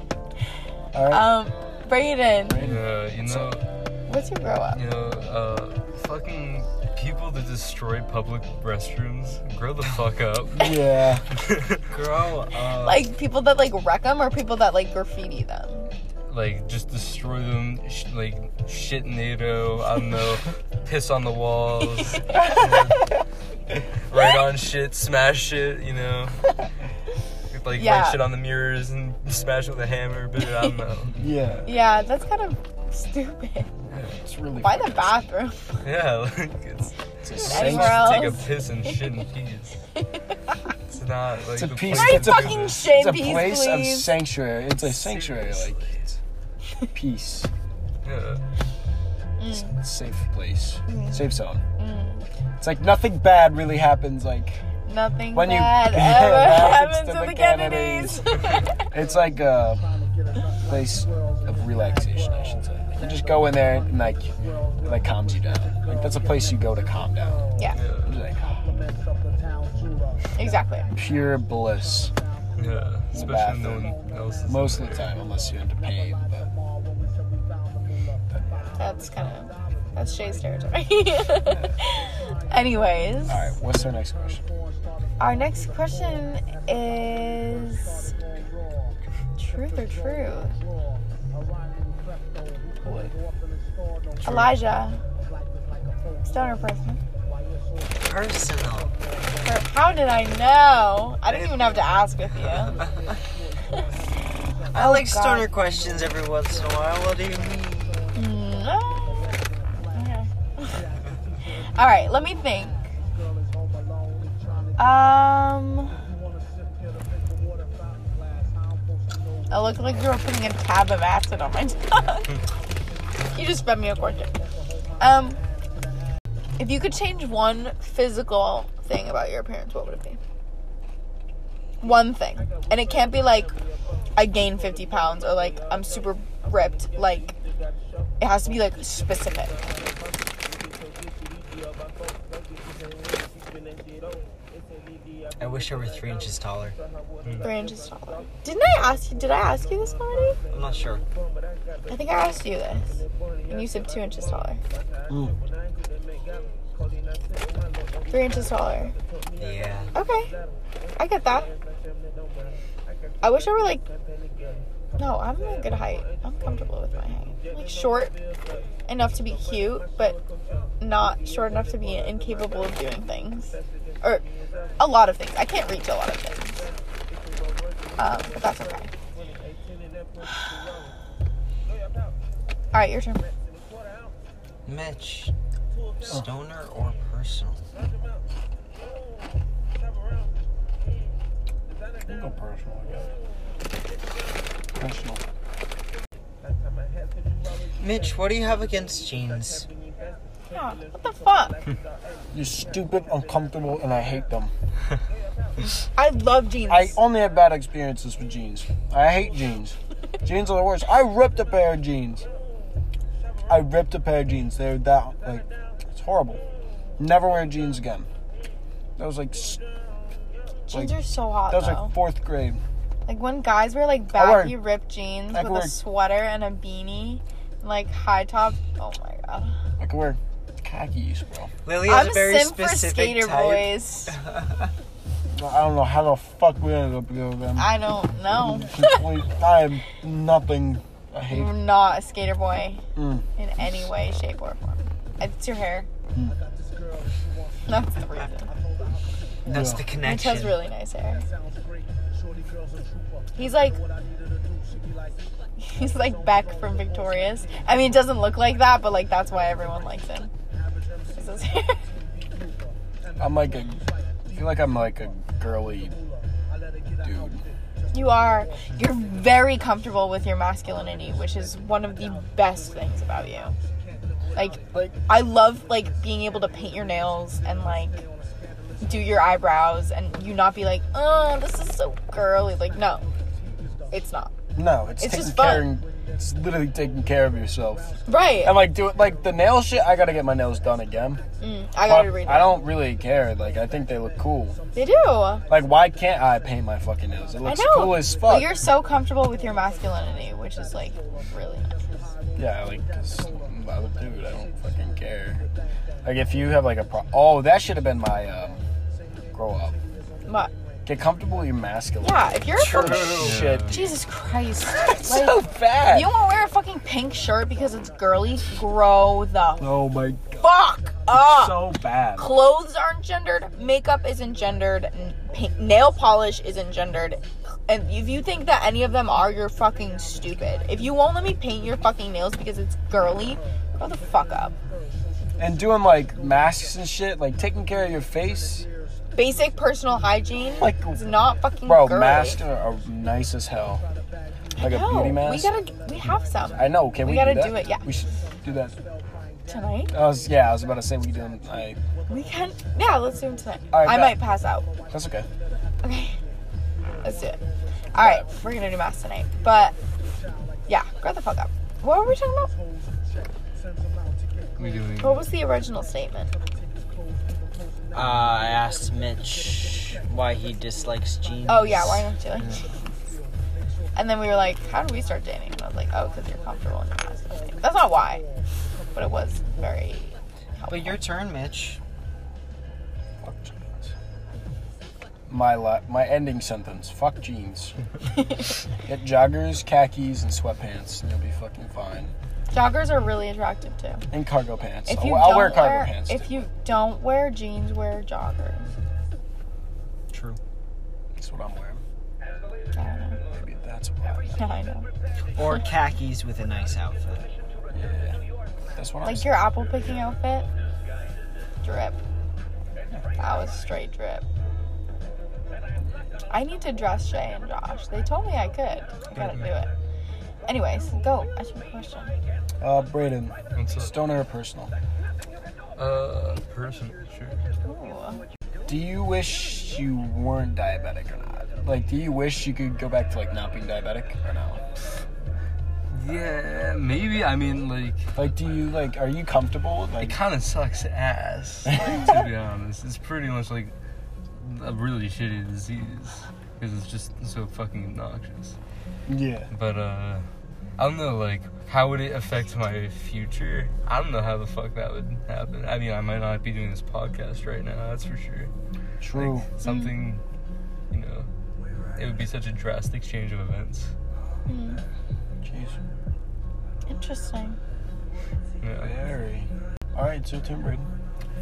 Speaker 2: [laughs]
Speaker 3: all right.
Speaker 2: um, Brayden,
Speaker 4: Uh, you know,
Speaker 2: what's your grow up?
Speaker 4: you know, uh, fucking people that destroy public restrooms, grow the fuck [laughs] up.
Speaker 3: yeah,
Speaker 1: grow up.
Speaker 2: Like people that like wreck them or people that like graffiti them?
Speaker 4: like just destroy them, sh- like shit NATO. I don't know, piss on the walls, write on shit, smash shit. You know, like
Speaker 2: Yeah.
Speaker 4: write shit on the mirrors and smash it with a hammer. But I don't know.
Speaker 3: yeah.
Speaker 2: Yeah, that's kind of stupid.
Speaker 3: It's really.
Speaker 2: Why the
Speaker 3: fucking-
Speaker 2: bathroom?
Speaker 4: Yeah, [laughs] like it's
Speaker 3: It's a
Speaker 4: take
Speaker 3: sink.
Speaker 2: Anywhere else?
Speaker 4: a piss and shit in peace. It's not like
Speaker 3: It's a
Speaker 4: the place
Speaker 3: piece- Right,
Speaker 4: to do
Speaker 2: fucking
Speaker 4: this.
Speaker 2: shame,
Speaker 3: It's a
Speaker 2: peace,
Speaker 3: place of
Speaker 2: please.
Speaker 3: sanctuary. It's a sanctuary, like it's peace,
Speaker 4: Yeah.
Speaker 3: it's a safe place,
Speaker 2: Mm.
Speaker 3: safe zone. It's like nothing bad really happens. Like
Speaker 2: Nothing
Speaker 3: When you- [laughs]
Speaker 2: bad
Speaker 3: Happens
Speaker 2: ever happens to
Speaker 3: to the
Speaker 2: the Kennedys.
Speaker 3: [laughs] it's like a place of relaxation, I should say. You just go in there and like, it, like calms you down. Like that's a place you go to calm down.
Speaker 2: yeah,
Speaker 3: It's
Speaker 2: [laughs]
Speaker 3: like
Speaker 2: exactly.
Speaker 3: pure bliss
Speaker 4: Yeah, especially when no one else is
Speaker 3: most of the time, unless you're into pain. But
Speaker 2: That's kind of that's Shay's territory. [laughs] Anyways,
Speaker 3: all right, what's our next question?
Speaker 2: our next question is truth or truth? Elijah, stoner person.
Speaker 1: Personal.
Speaker 2: Or How did I know? I didn't even have to ask with you.
Speaker 1: I
Speaker 2: God. Oh,
Speaker 1: like
Speaker 2: Mm,
Speaker 1: stoner questions every once in a while. What do you mean?
Speaker 2: No. uh, [laughs] All right, let me think. Um. It looked like you were putting a tab of acid on my [laughs] tongue. you just fed me a corn chip. Um, if you could change one physical thing about your appearance, what would it be? One thing, and it can't be like I gained fifty pounds or like I'm super ripped. Like it has to be like specific.
Speaker 1: I wish I were three inches taller.
Speaker 2: Three inches taller. Didn't I ask you? Did I ask you this already?
Speaker 1: I'm not sure.
Speaker 2: I think I asked you this, and you said two inches taller. Three inches taller.
Speaker 1: Yeah.
Speaker 2: Okay, I get that. I wish I were like. No, I'm a good height. I'm comfortable with my height. Like short enough to be cute, but not short enough to be incapable of doing things, or a lot of things. I can't reach a lot of things. Um, but that's okay. All right, your turn.
Speaker 1: Mitch,
Speaker 2: Oh.
Speaker 1: stoner or personal?
Speaker 3: We'll go personal again. Personal.
Speaker 1: Mitch, what do you have against jeans?
Speaker 2: Yeah, Ah, what the fuck?
Speaker 3: You're stupid, uncomfortable, and I hate them.
Speaker 2: I love jeans.
Speaker 3: I only have bad experiences with jeans. I hate jeans. jeans are the worst. I ripped a pair of jeans. I ripped a pair of jeans. They're that like it's horrible. Never wear jeans again. That was like s-
Speaker 2: jeans
Speaker 3: like-
Speaker 2: are so hot
Speaker 3: that was
Speaker 2: though.
Speaker 3: like fourth grade.
Speaker 2: Like when guys wear like
Speaker 3: I wear-
Speaker 2: baggy ripped jeans
Speaker 3: I
Speaker 2: with
Speaker 3: wear-
Speaker 2: a sweater and a beanie, and, like high top. Oh my god!
Speaker 3: I could wear khakis, bro.
Speaker 1: Lily has
Speaker 2: I'm
Speaker 1: a
Speaker 2: a
Speaker 1: very
Speaker 2: simp for
Speaker 1: specific
Speaker 2: skater
Speaker 1: type.
Speaker 2: boys.
Speaker 3: I don't know how the fuck we ended up together. Then.
Speaker 2: I don't
Speaker 3: [laughs]
Speaker 2: know.
Speaker 3: Complete- I am nothing. I hate.
Speaker 2: You're not a skater boy
Speaker 3: Mm.
Speaker 2: in any way, shape, or form. It's your hair.
Speaker 3: Mm.
Speaker 2: That's the reason.
Speaker 1: That's
Speaker 3: Yeah.
Speaker 1: the
Speaker 2: Mitch
Speaker 1: connection.
Speaker 2: has really nice hair. He's like. He's like Beck from Victorious. I mean, it doesn't look like that, but like that's why everyone likes him. This [laughs] is-
Speaker 3: I'm like a. I feel like I'm like a girly dude.
Speaker 2: you are. You're very comfortable with your masculinity, which is one of the best things about you. Like,
Speaker 3: Like
Speaker 2: I love like being able to paint your nails and like do your eyebrows and you not be like, oh, this is so girly. Like, no, it's not.
Speaker 3: no, it's,
Speaker 2: It's
Speaker 3: taking
Speaker 2: just
Speaker 3: care. It's literally taking care of yourself.
Speaker 2: Right.
Speaker 3: And like do it like the nail shit. I gotta get my nails done again.
Speaker 2: Mm, I
Speaker 3: But
Speaker 2: gotta read.
Speaker 3: I
Speaker 2: It.
Speaker 3: don't really care. Like I think they look cool.
Speaker 2: They do.
Speaker 3: Like why can't I paint my fucking nails? It
Speaker 2: I
Speaker 3: looks
Speaker 2: know.
Speaker 3: cool as
Speaker 2: But
Speaker 3: fuck.
Speaker 2: you're so comfortable with your masculinity, which is like really nice.
Speaker 3: Yeah, like 'cause I'm a dude. I don't fucking care. Like if you have like a pro. Oh, that should have been my um, grow up.
Speaker 2: But
Speaker 3: Get comfortable with your masculine.
Speaker 2: yeah, if you're a fucking
Speaker 3: Oh, shit.
Speaker 2: Jesus
Speaker 3: [laughs]
Speaker 2: Christ, like
Speaker 3: so bad.
Speaker 2: you won't wear a fucking pink shirt because it's girly. Grow the
Speaker 3: oh my god.
Speaker 2: fuck up.
Speaker 3: So bad.
Speaker 2: Clothes aren't gendered. Makeup isn't gendered. n- Pink, nail polish isn't gendered. And if you think that any of them are, you're fucking stupid. If you won't let me paint your fucking nails because it's girly, grow the fuck up.
Speaker 3: And doing like masks and shit, like taking care of your face.
Speaker 2: Basic personal hygiene
Speaker 3: Like,
Speaker 2: is not fucking
Speaker 3: Bro,
Speaker 2: girly.
Speaker 3: masks are, are nice as hell. Like a
Speaker 2: no,
Speaker 3: beauty mask.
Speaker 2: we gotta, we have some
Speaker 3: I know. Can
Speaker 2: we
Speaker 3: we?
Speaker 2: gotta
Speaker 3: do, that?
Speaker 2: do it, yeah.
Speaker 3: We should do that.
Speaker 2: tonight.
Speaker 3: I was yeah. I was about to say we do. them, I,
Speaker 2: We can, yeah, let's do them tonight.
Speaker 3: All right,
Speaker 2: I
Speaker 3: bet.
Speaker 2: might pass out.
Speaker 3: that's okay.
Speaker 2: Okay, let's do it. All right, we're gonna do masks tonight, but yeah, grow the fuck up. What were we talking about?
Speaker 4: We doing?
Speaker 2: What was the original statement?
Speaker 1: Uh, I asked Mitch why he dislikes jeans.
Speaker 2: Oh yeah, why not doing? [laughs] And then we were like, how do we start dating? And I was like, oh, because you're comfortable in your masculinity. That's not why, but it was very.
Speaker 1: But your turn, Mitch.
Speaker 3: Fuck jeans. My la- my ending sentence.
Speaker 2: [laughs]
Speaker 3: Fuck jeans. Get joggers, khakis, and sweatpants, and you'll be fucking fine.
Speaker 2: Joggers are really attractive too.
Speaker 3: And cargo pants.
Speaker 2: If
Speaker 3: I'll-
Speaker 2: you
Speaker 3: I'll,
Speaker 2: don't
Speaker 3: wear cargo
Speaker 2: wear-
Speaker 3: pants.
Speaker 2: if
Speaker 3: too.
Speaker 2: you don't wear jeans, wear joggers.
Speaker 3: True. That's what I'm wearing.
Speaker 2: I don't know.
Speaker 3: Maybe that's what. I'm
Speaker 2: Yeah, I know. [laughs]
Speaker 1: Or khakis with a nice outfit.
Speaker 3: Yeah. That's what I'm.
Speaker 2: Like
Speaker 3: saying.
Speaker 2: your apple picking outfit. drip. That was straight drip. I need to dress Shay and Josh. They told me I could. I gotta do it. Anyways, go. Ask your question.
Speaker 3: Uh, Braden,
Speaker 4: What's up?
Speaker 3: stoner or personal?
Speaker 4: Uh, person. Sure.
Speaker 2: Ooh.
Speaker 3: Do you wish you weren't diabetic or not? Like, do you wish you could go back to like not being diabetic or no?
Speaker 4: Yeah, maybe. I mean, like,
Speaker 3: Like, do you like? Are you comfortable? With,
Speaker 4: it
Speaker 3: like,
Speaker 4: kind of sucks ass. [laughs] Like, to be honest, it's pretty much like a really shitty disease because it's just so fucking obnoxious.
Speaker 3: yeah.
Speaker 4: But uh, I don't know, like, how would it affect my future? I don't know how the fuck that would happen. I mean, I might not be doing this podcast right now. That's for sure.
Speaker 3: True.
Speaker 4: Like, something, you know, it would be such a drastic change of events.
Speaker 2: Hmm.
Speaker 3: Jeez.
Speaker 2: Interesting.
Speaker 4: Yeah.
Speaker 3: Very. All right, so Tim Braden.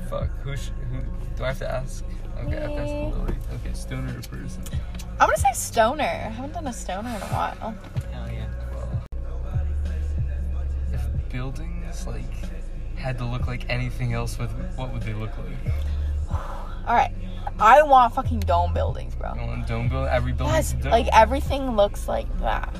Speaker 4: Fuck. Who? Sh- who? Do I have to ask? Okay, I have to ask Lily. Okay, stoner or person?
Speaker 2: I'm gonna say stoner. I haven't done a stoner in a while.
Speaker 1: Hell yeah.
Speaker 4: Well, if buildings like had to look like anything else, with what would they look like?
Speaker 2: All right, I want fucking dome buildings, bro.
Speaker 4: I want a dome build. Every building.
Speaker 2: Yes, like everything looks like that.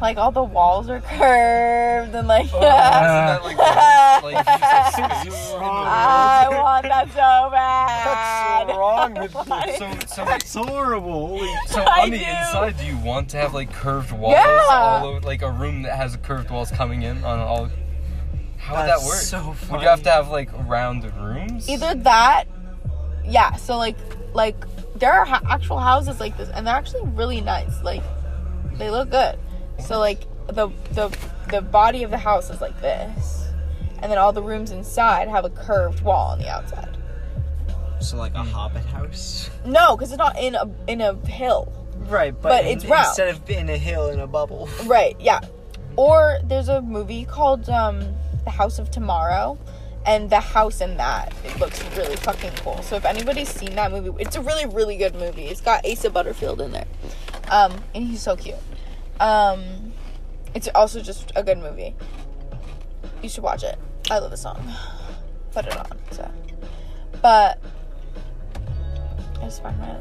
Speaker 2: Like all the walls are curved and like. [laughs]
Speaker 4: that, like, like, just, like, space in the
Speaker 3: [laughs]
Speaker 2: I want that so bad.
Speaker 3: What's wrong with
Speaker 2: Like-
Speaker 4: So, so, it's horrible. so
Speaker 2: I
Speaker 4: on the
Speaker 2: do.
Speaker 4: inside, do you want to have like curved walls
Speaker 2: Yeah.
Speaker 4: all over, like a room that has curved walls coming in on all? How would
Speaker 1: That's
Speaker 4: that work?
Speaker 1: so
Speaker 4: Would
Speaker 1: funny.
Speaker 4: you have to have like round rooms?
Speaker 2: Either that, yeah. So like, like there are ha- actual houses like this, and they're actually really nice. Like, they look good. So like the the the body of the house is like this, and then all the rooms inside have a curved wall on the outside.
Speaker 1: So like a hobbit house.
Speaker 2: No, because it's not in a in a hill.
Speaker 1: Right, but,
Speaker 2: But it's round.
Speaker 1: instead of in a hill in a bubble.
Speaker 2: Right, yeah. Or there's a movie called um, The House of Tomorrow, and the house in that it looks really fucking cool. So if anybody's seen that movie, it's a really really good movie. It's got Asa Butterfield in there, um, and he's so cute. Um, it's also just a good movie. You should watch it. I love the song. Put it on. So, but I just find that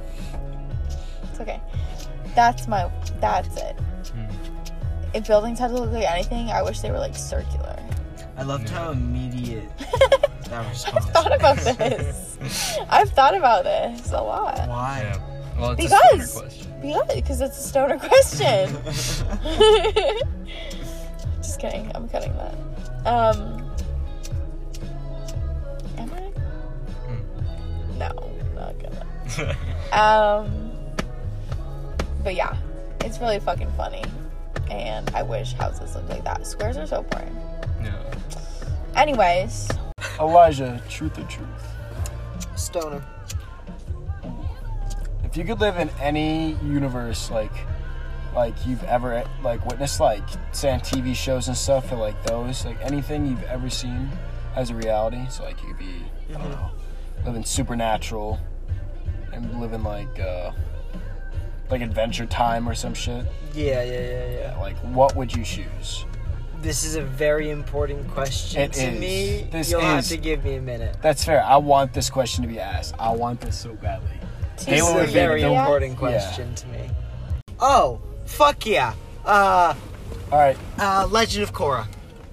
Speaker 2: it's okay. That's my. That's it if buildings had to look like anything, I wish they were like circular. [laughs]
Speaker 1: I loved how immediate that response.
Speaker 2: I've thought about
Speaker 1: was.
Speaker 2: this. I've thought about this a lot. [laughs]
Speaker 1: Why?
Speaker 4: [laughs] Yeah. Well, it's a stoner
Speaker 2: Because
Speaker 4: question.
Speaker 2: yeah, because it's a stoner question. [laughs] Just kidding. I'm cutting that. Um, am I? No, not gonna. Um, but yeah, it's really fucking funny, and I wish houses looked like that. Squares are so boring.
Speaker 4: [laughs] yeah.
Speaker 2: Anyways,
Speaker 3: Elijah, truth or truth?
Speaker 1: Stoner.
Speaker 3: If you could live in any universe, like like you've ever like witnessed, like say on TV shows and stuff, or like those, like anything you've ever seen as a reality. So like you could be, I don't know, living supernatural and living like uh like Adventure Time or some shit.
Speaker 1: Yeah, yeah, yeah, yeah.
Speaker 3: Like, what would you choose?
Speaker 1: This is a very important question
Speaker 3: It
Speaker 1: to
Speaker 3: is.
Speaker 1: me.
Speaker 3: This
Speaker 1: You'll have
Speaker 3: is.
Speaker 1: to give me a minute.
Speaker 3: That's fair. I want this question to be asked. I want this so badly. They
Speaker 1: This
Speaker 3: were
Speaker 1: is a
Speaker 3: revealing
Speaker 1: very
Speaker 3: the-
Speaker 1: important question to me. Oh, fuck yeah. Uh,
Speaker 3: All right,
Speaker 1: uh, Legend of Korra.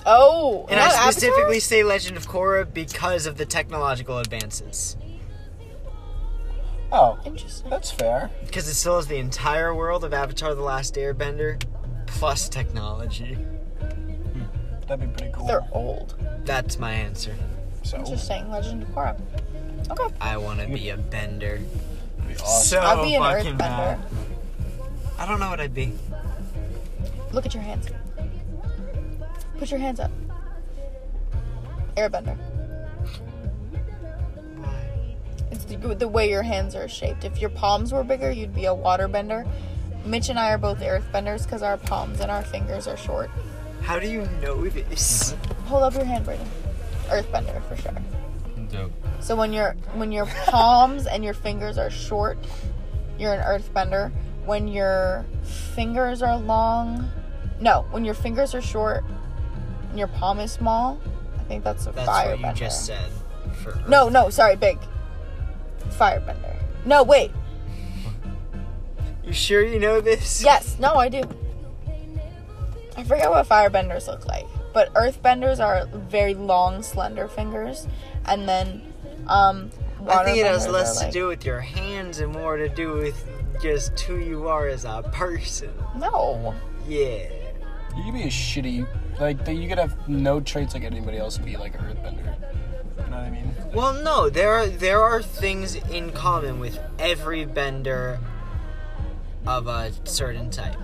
Speaker 2: Oh,
Speaker 1: And
Speaker 2: not
Speaker 1: I
Speaker 2: Avatar?
Speaker 1: specifically say Legend of Korra because of the technological advances.
Speaker 3: Oh,
Speaker 2: Interesting.
Speaker 3: that's fair.
Speaker 1: Because it still has the entire world of Avatar The Last Airbender plus technology.
Speaker 3: That'd be pretty cool.
Speaker 2: They're old.
Speaker 1: That's my answer.
Speaker 3: So, that'd
Speaker 2: Interesting. Legend of Korra. Okay.
Speaker 1: I want to be a bender.
Speaker 3: be awesome.
Speaker 1: So
Speaker 2: I'll be an
Speaker 1: Oh, fucking
Speaker 2: earthbender.
Speaker 1: bad. I don't know what I'd be.
Speaker 2: Look at your hands. Put your hands up. Airbender. It's the, the way your hands are shaped. If your palms were bigger, you'd be a waterbender. Mitch and I are both earthbenders because our palms and our fingers are short.
Speaker 1: How do you know this?
Speaker 2: Hold up your hand, Brayden. Earthbender for sure.
Speaker 4: Dope.
Speaker 2: So when your when your palms and your fingers are short, you're an earthbender. When your fingers are long, no, when your fingers are short and your palm is small, I think that's a
Speaker 1: That's what
Speaker 2: firebender.
Speaker 1: you just said. for
Speaker 2: No, no, sorry, Big. Firebender. No, wait.
Speaker 1: You sure you know this?
Speaker 2: Yes, no, I do. I forget what firebenders look like, but earthbenders are very long, slender fingers, and then um,
Speaker 1: I think it has
Speaker 2: waterbenders
Speaker 1: less
Speaker 2: are
Speaker 1: to
Speaker 2: like-
Speaker 1: do with your hands and more to do with just who you are as a person.
Speaker 2: No,
Speaker 1: Yeah.
Speaker 3: You could be a shitty, like that. You could have no traits like anybody else and be like an earthbender. You know what I mean?
Speaker 1: Well, no, there are there are things in common with every bender of a certain type.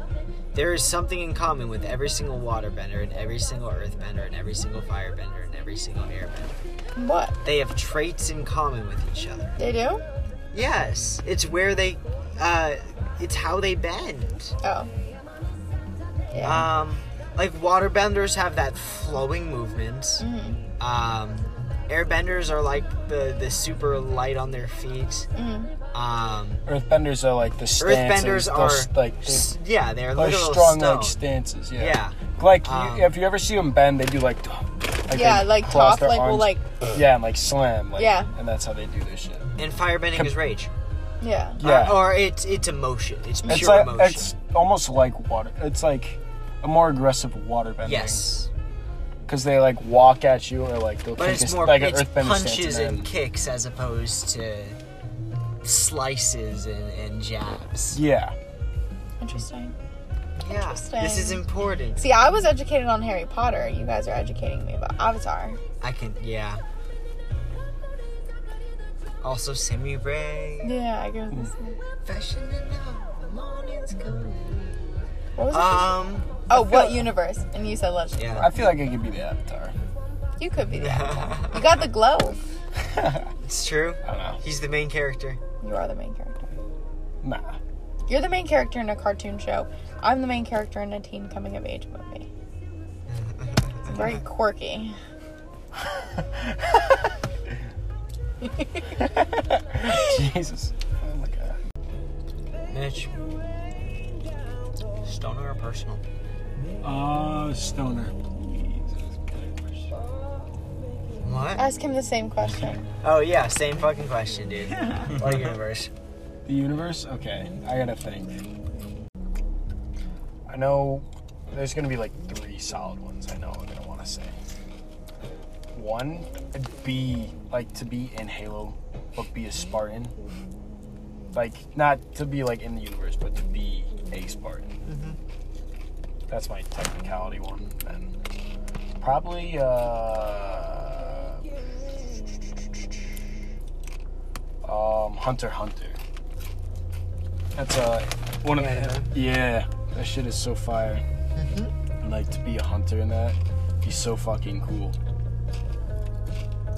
Speaker 1: There is something in common with every single waterbender and every single earthbender and every single firebender and every single airbender.
Speaker 2: what
Speaker 1: They have traits in common with each other.
Speaker 2: they do?
Speaker 1: Yes, it's where they, uh, it's how they bend.
Speaker 2: Oh, yeah.
Speaker 1: Um, like waterbenders have that flowing movement. Um, airbenders are like the the super light on their feet. Um,
Speaker 3: Earthbenders are like the stances.
Speaker 1: earthbenders
Speaker 3: they'll
Speaker 1: are
Speaker 3: s- like they-
Speaker 1: s- yeah, they're
Speaker 3: they're
Speaker 1: literal
Speaker 3: strong
Speaker 1: stone.
Speaker 3: like stances. Yeah.
Speaker 1: Yeah.
Speaker 3: Like
Speaker 1: Um,
Speaker 3: you, if you ever see them bend, they do like. [sniffs] like
Speaker 2: yeah,
Speaker 3: they
Speaker 2: like
Speaker 3: cross
Speaker 2: Toph,
Speaker 3: their
Speaker 2: like will
Speaker 3: arms.
Speaker 2: like
Speaker 3: Yeah, and like slam. Like,
Speaker 2: Yeah.
Speaker 3: And that's how they do their shit.
Speaker 1: and firebending
Speaker 3: Com-
Speaker 1: is rage. Uh,
Speaker 2: yeah.
Speaker 3: Yeah.
Speaker 1: or, or it's it's emotion. It's pure
Speaker 3: it's like
Speaker 1: emotion.
Speaker 3: it's almost like water. It's like a more aggressive waterbending.
Speaker 1: yes,
Speaker 3: Because they like walk at you or like they'll
Speaker 1: but
Speaker 3: take a,
Speaker 1: it's
Speaker 3: s-
Speaker 1: more
Speaker 3: like an
Speaker 1: it's
Speaker 3: earthbender
Speaker 1: punches
Speaker 3: stance
Speaker 1: and,
Speaker 3: then-
Speaker 1: kicks as opposed to slices and, and jabs.
Speaker 3: yeah.
Speaker 2: Interesting.
Speaker 1: Yeah, this is
Speaker 2: Interesting.
Speaker 1: important.
Speaker 2: See, I was educated on Harry Potter. You guys are educating me about Avatar.
Speaker 1: I can, yeah. Also, semi break.
Speaker 2: Yeah, I agree with this. one.
Speaker 1: Fashion and now, the morning's coming.
Speaker 2: What was it?
Speaker 1: Mm. Um,
Speaker 2: oh, what universe? And you said legend.
Speaker 1: yeah.
Speaker 3: I feel like I could be the Avatar.
Speaker 2: You could be the
Speaker 1: [laughs]
Speaker 2: Avatar. You got the globe.
Speaker 1: it's true.
Speaker 3: I don't know. [laughs]
Speaker 1: He's the main character.
Speaker 2: You are the main character.
Speaker 3: Nah. [laughs]
Speaker 2: You're the main character in a cartoon show. I'm the main character in a teen coming of age movie. It's very quirky. [laughs]
Speaker 3: Jesus. Oh my god.
Speaker 1: Mitch. Stoner or personal?
Speaker 3: Uh, stoner.
Speaker 1: What?
Speaker 2: Ask him the same question.
Speaker 1: Oh, yeah, same fucking question, [laughs] dude. what universe?
Speaker 3: The universe? Okay, I gotta think. I know there's gonna be like three solid ones I know I'm gonna wanna say. One would be like to be in Halo, but be a Spartan. Like, not to be like in the universe, but to be a Spartan. That's my technicality one. And probably, uh. Um, Hunter x Hunter. That's uh, one of the. Yeah, that shit is so fire. And, Like to be a hunter in that, be so fucking cool.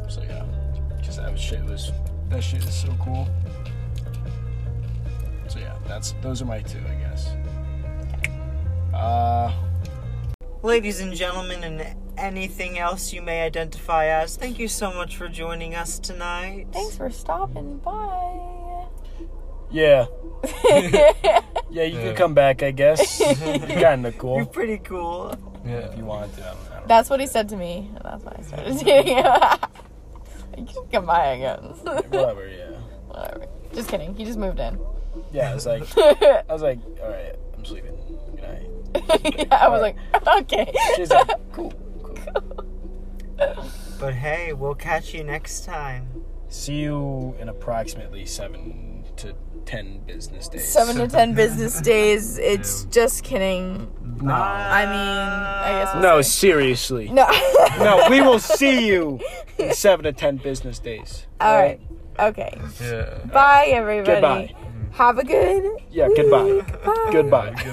Speaker 3: So yeah, because that shit was that shit is so cool. So yeah, that's those are my two, I guess. Uh,
Speaker 1: Ladies and gentlemen, and anything else you may identify as, thank you so much for joining us tonight.
Speaker 2: Thanks for stopping. [laughs] Bye.
Speaker 3: yeah. yeah, you
Speaker 4: Yeah.
Speaker 3: can come back, I guess. you kind of
Speaker 1: You're
Speaker 3: cool
Speaker 1: pretty cool.
Speaker 4: Yeah.
Speaker 3: if you want to. I don't know.
Speaker 2: That's what he said to me, and that's why I started [laughs] doing it. I can't get my guns.
Speaker 3: [laughs] Whatever, yeah.
Speaker 2: Whatever. Just kidding. He just moved in. [laughs]
Speaker 3: Yeah, I was like, I was like, all right, I'm sleeping. Good night.
Speaker 2: I was like, [laughs] okay.
Speaker 3: She's like, cool, cool.
Speaker 1: But hey, we'll catch you next time.
Speaker 3: See you in approximately seven to ten business days.
Speaker 2: Seven to ten business days. It's just kidding.
Speaker 3: No,
Speaker 2: I mean, I guess. We'll
Speaker 3: no,
Speaker 2: see.
Speaker 3: seriously.
Speaker 2: Ah. No.
Speaker 3: [laughs] No, we will see you in seven to ten business days.
Speaker 2: All right. [laughs] Okay.
Speaker 4: Yeah.
Speaker 2: Bye, everybody.
Speaker 3: Goodbye.
Speaker 2: Have a good [laughs]
Speaker 3: Yeah, goodbye.
Speaker 2: Bye.
Speaker 3: Goodbye.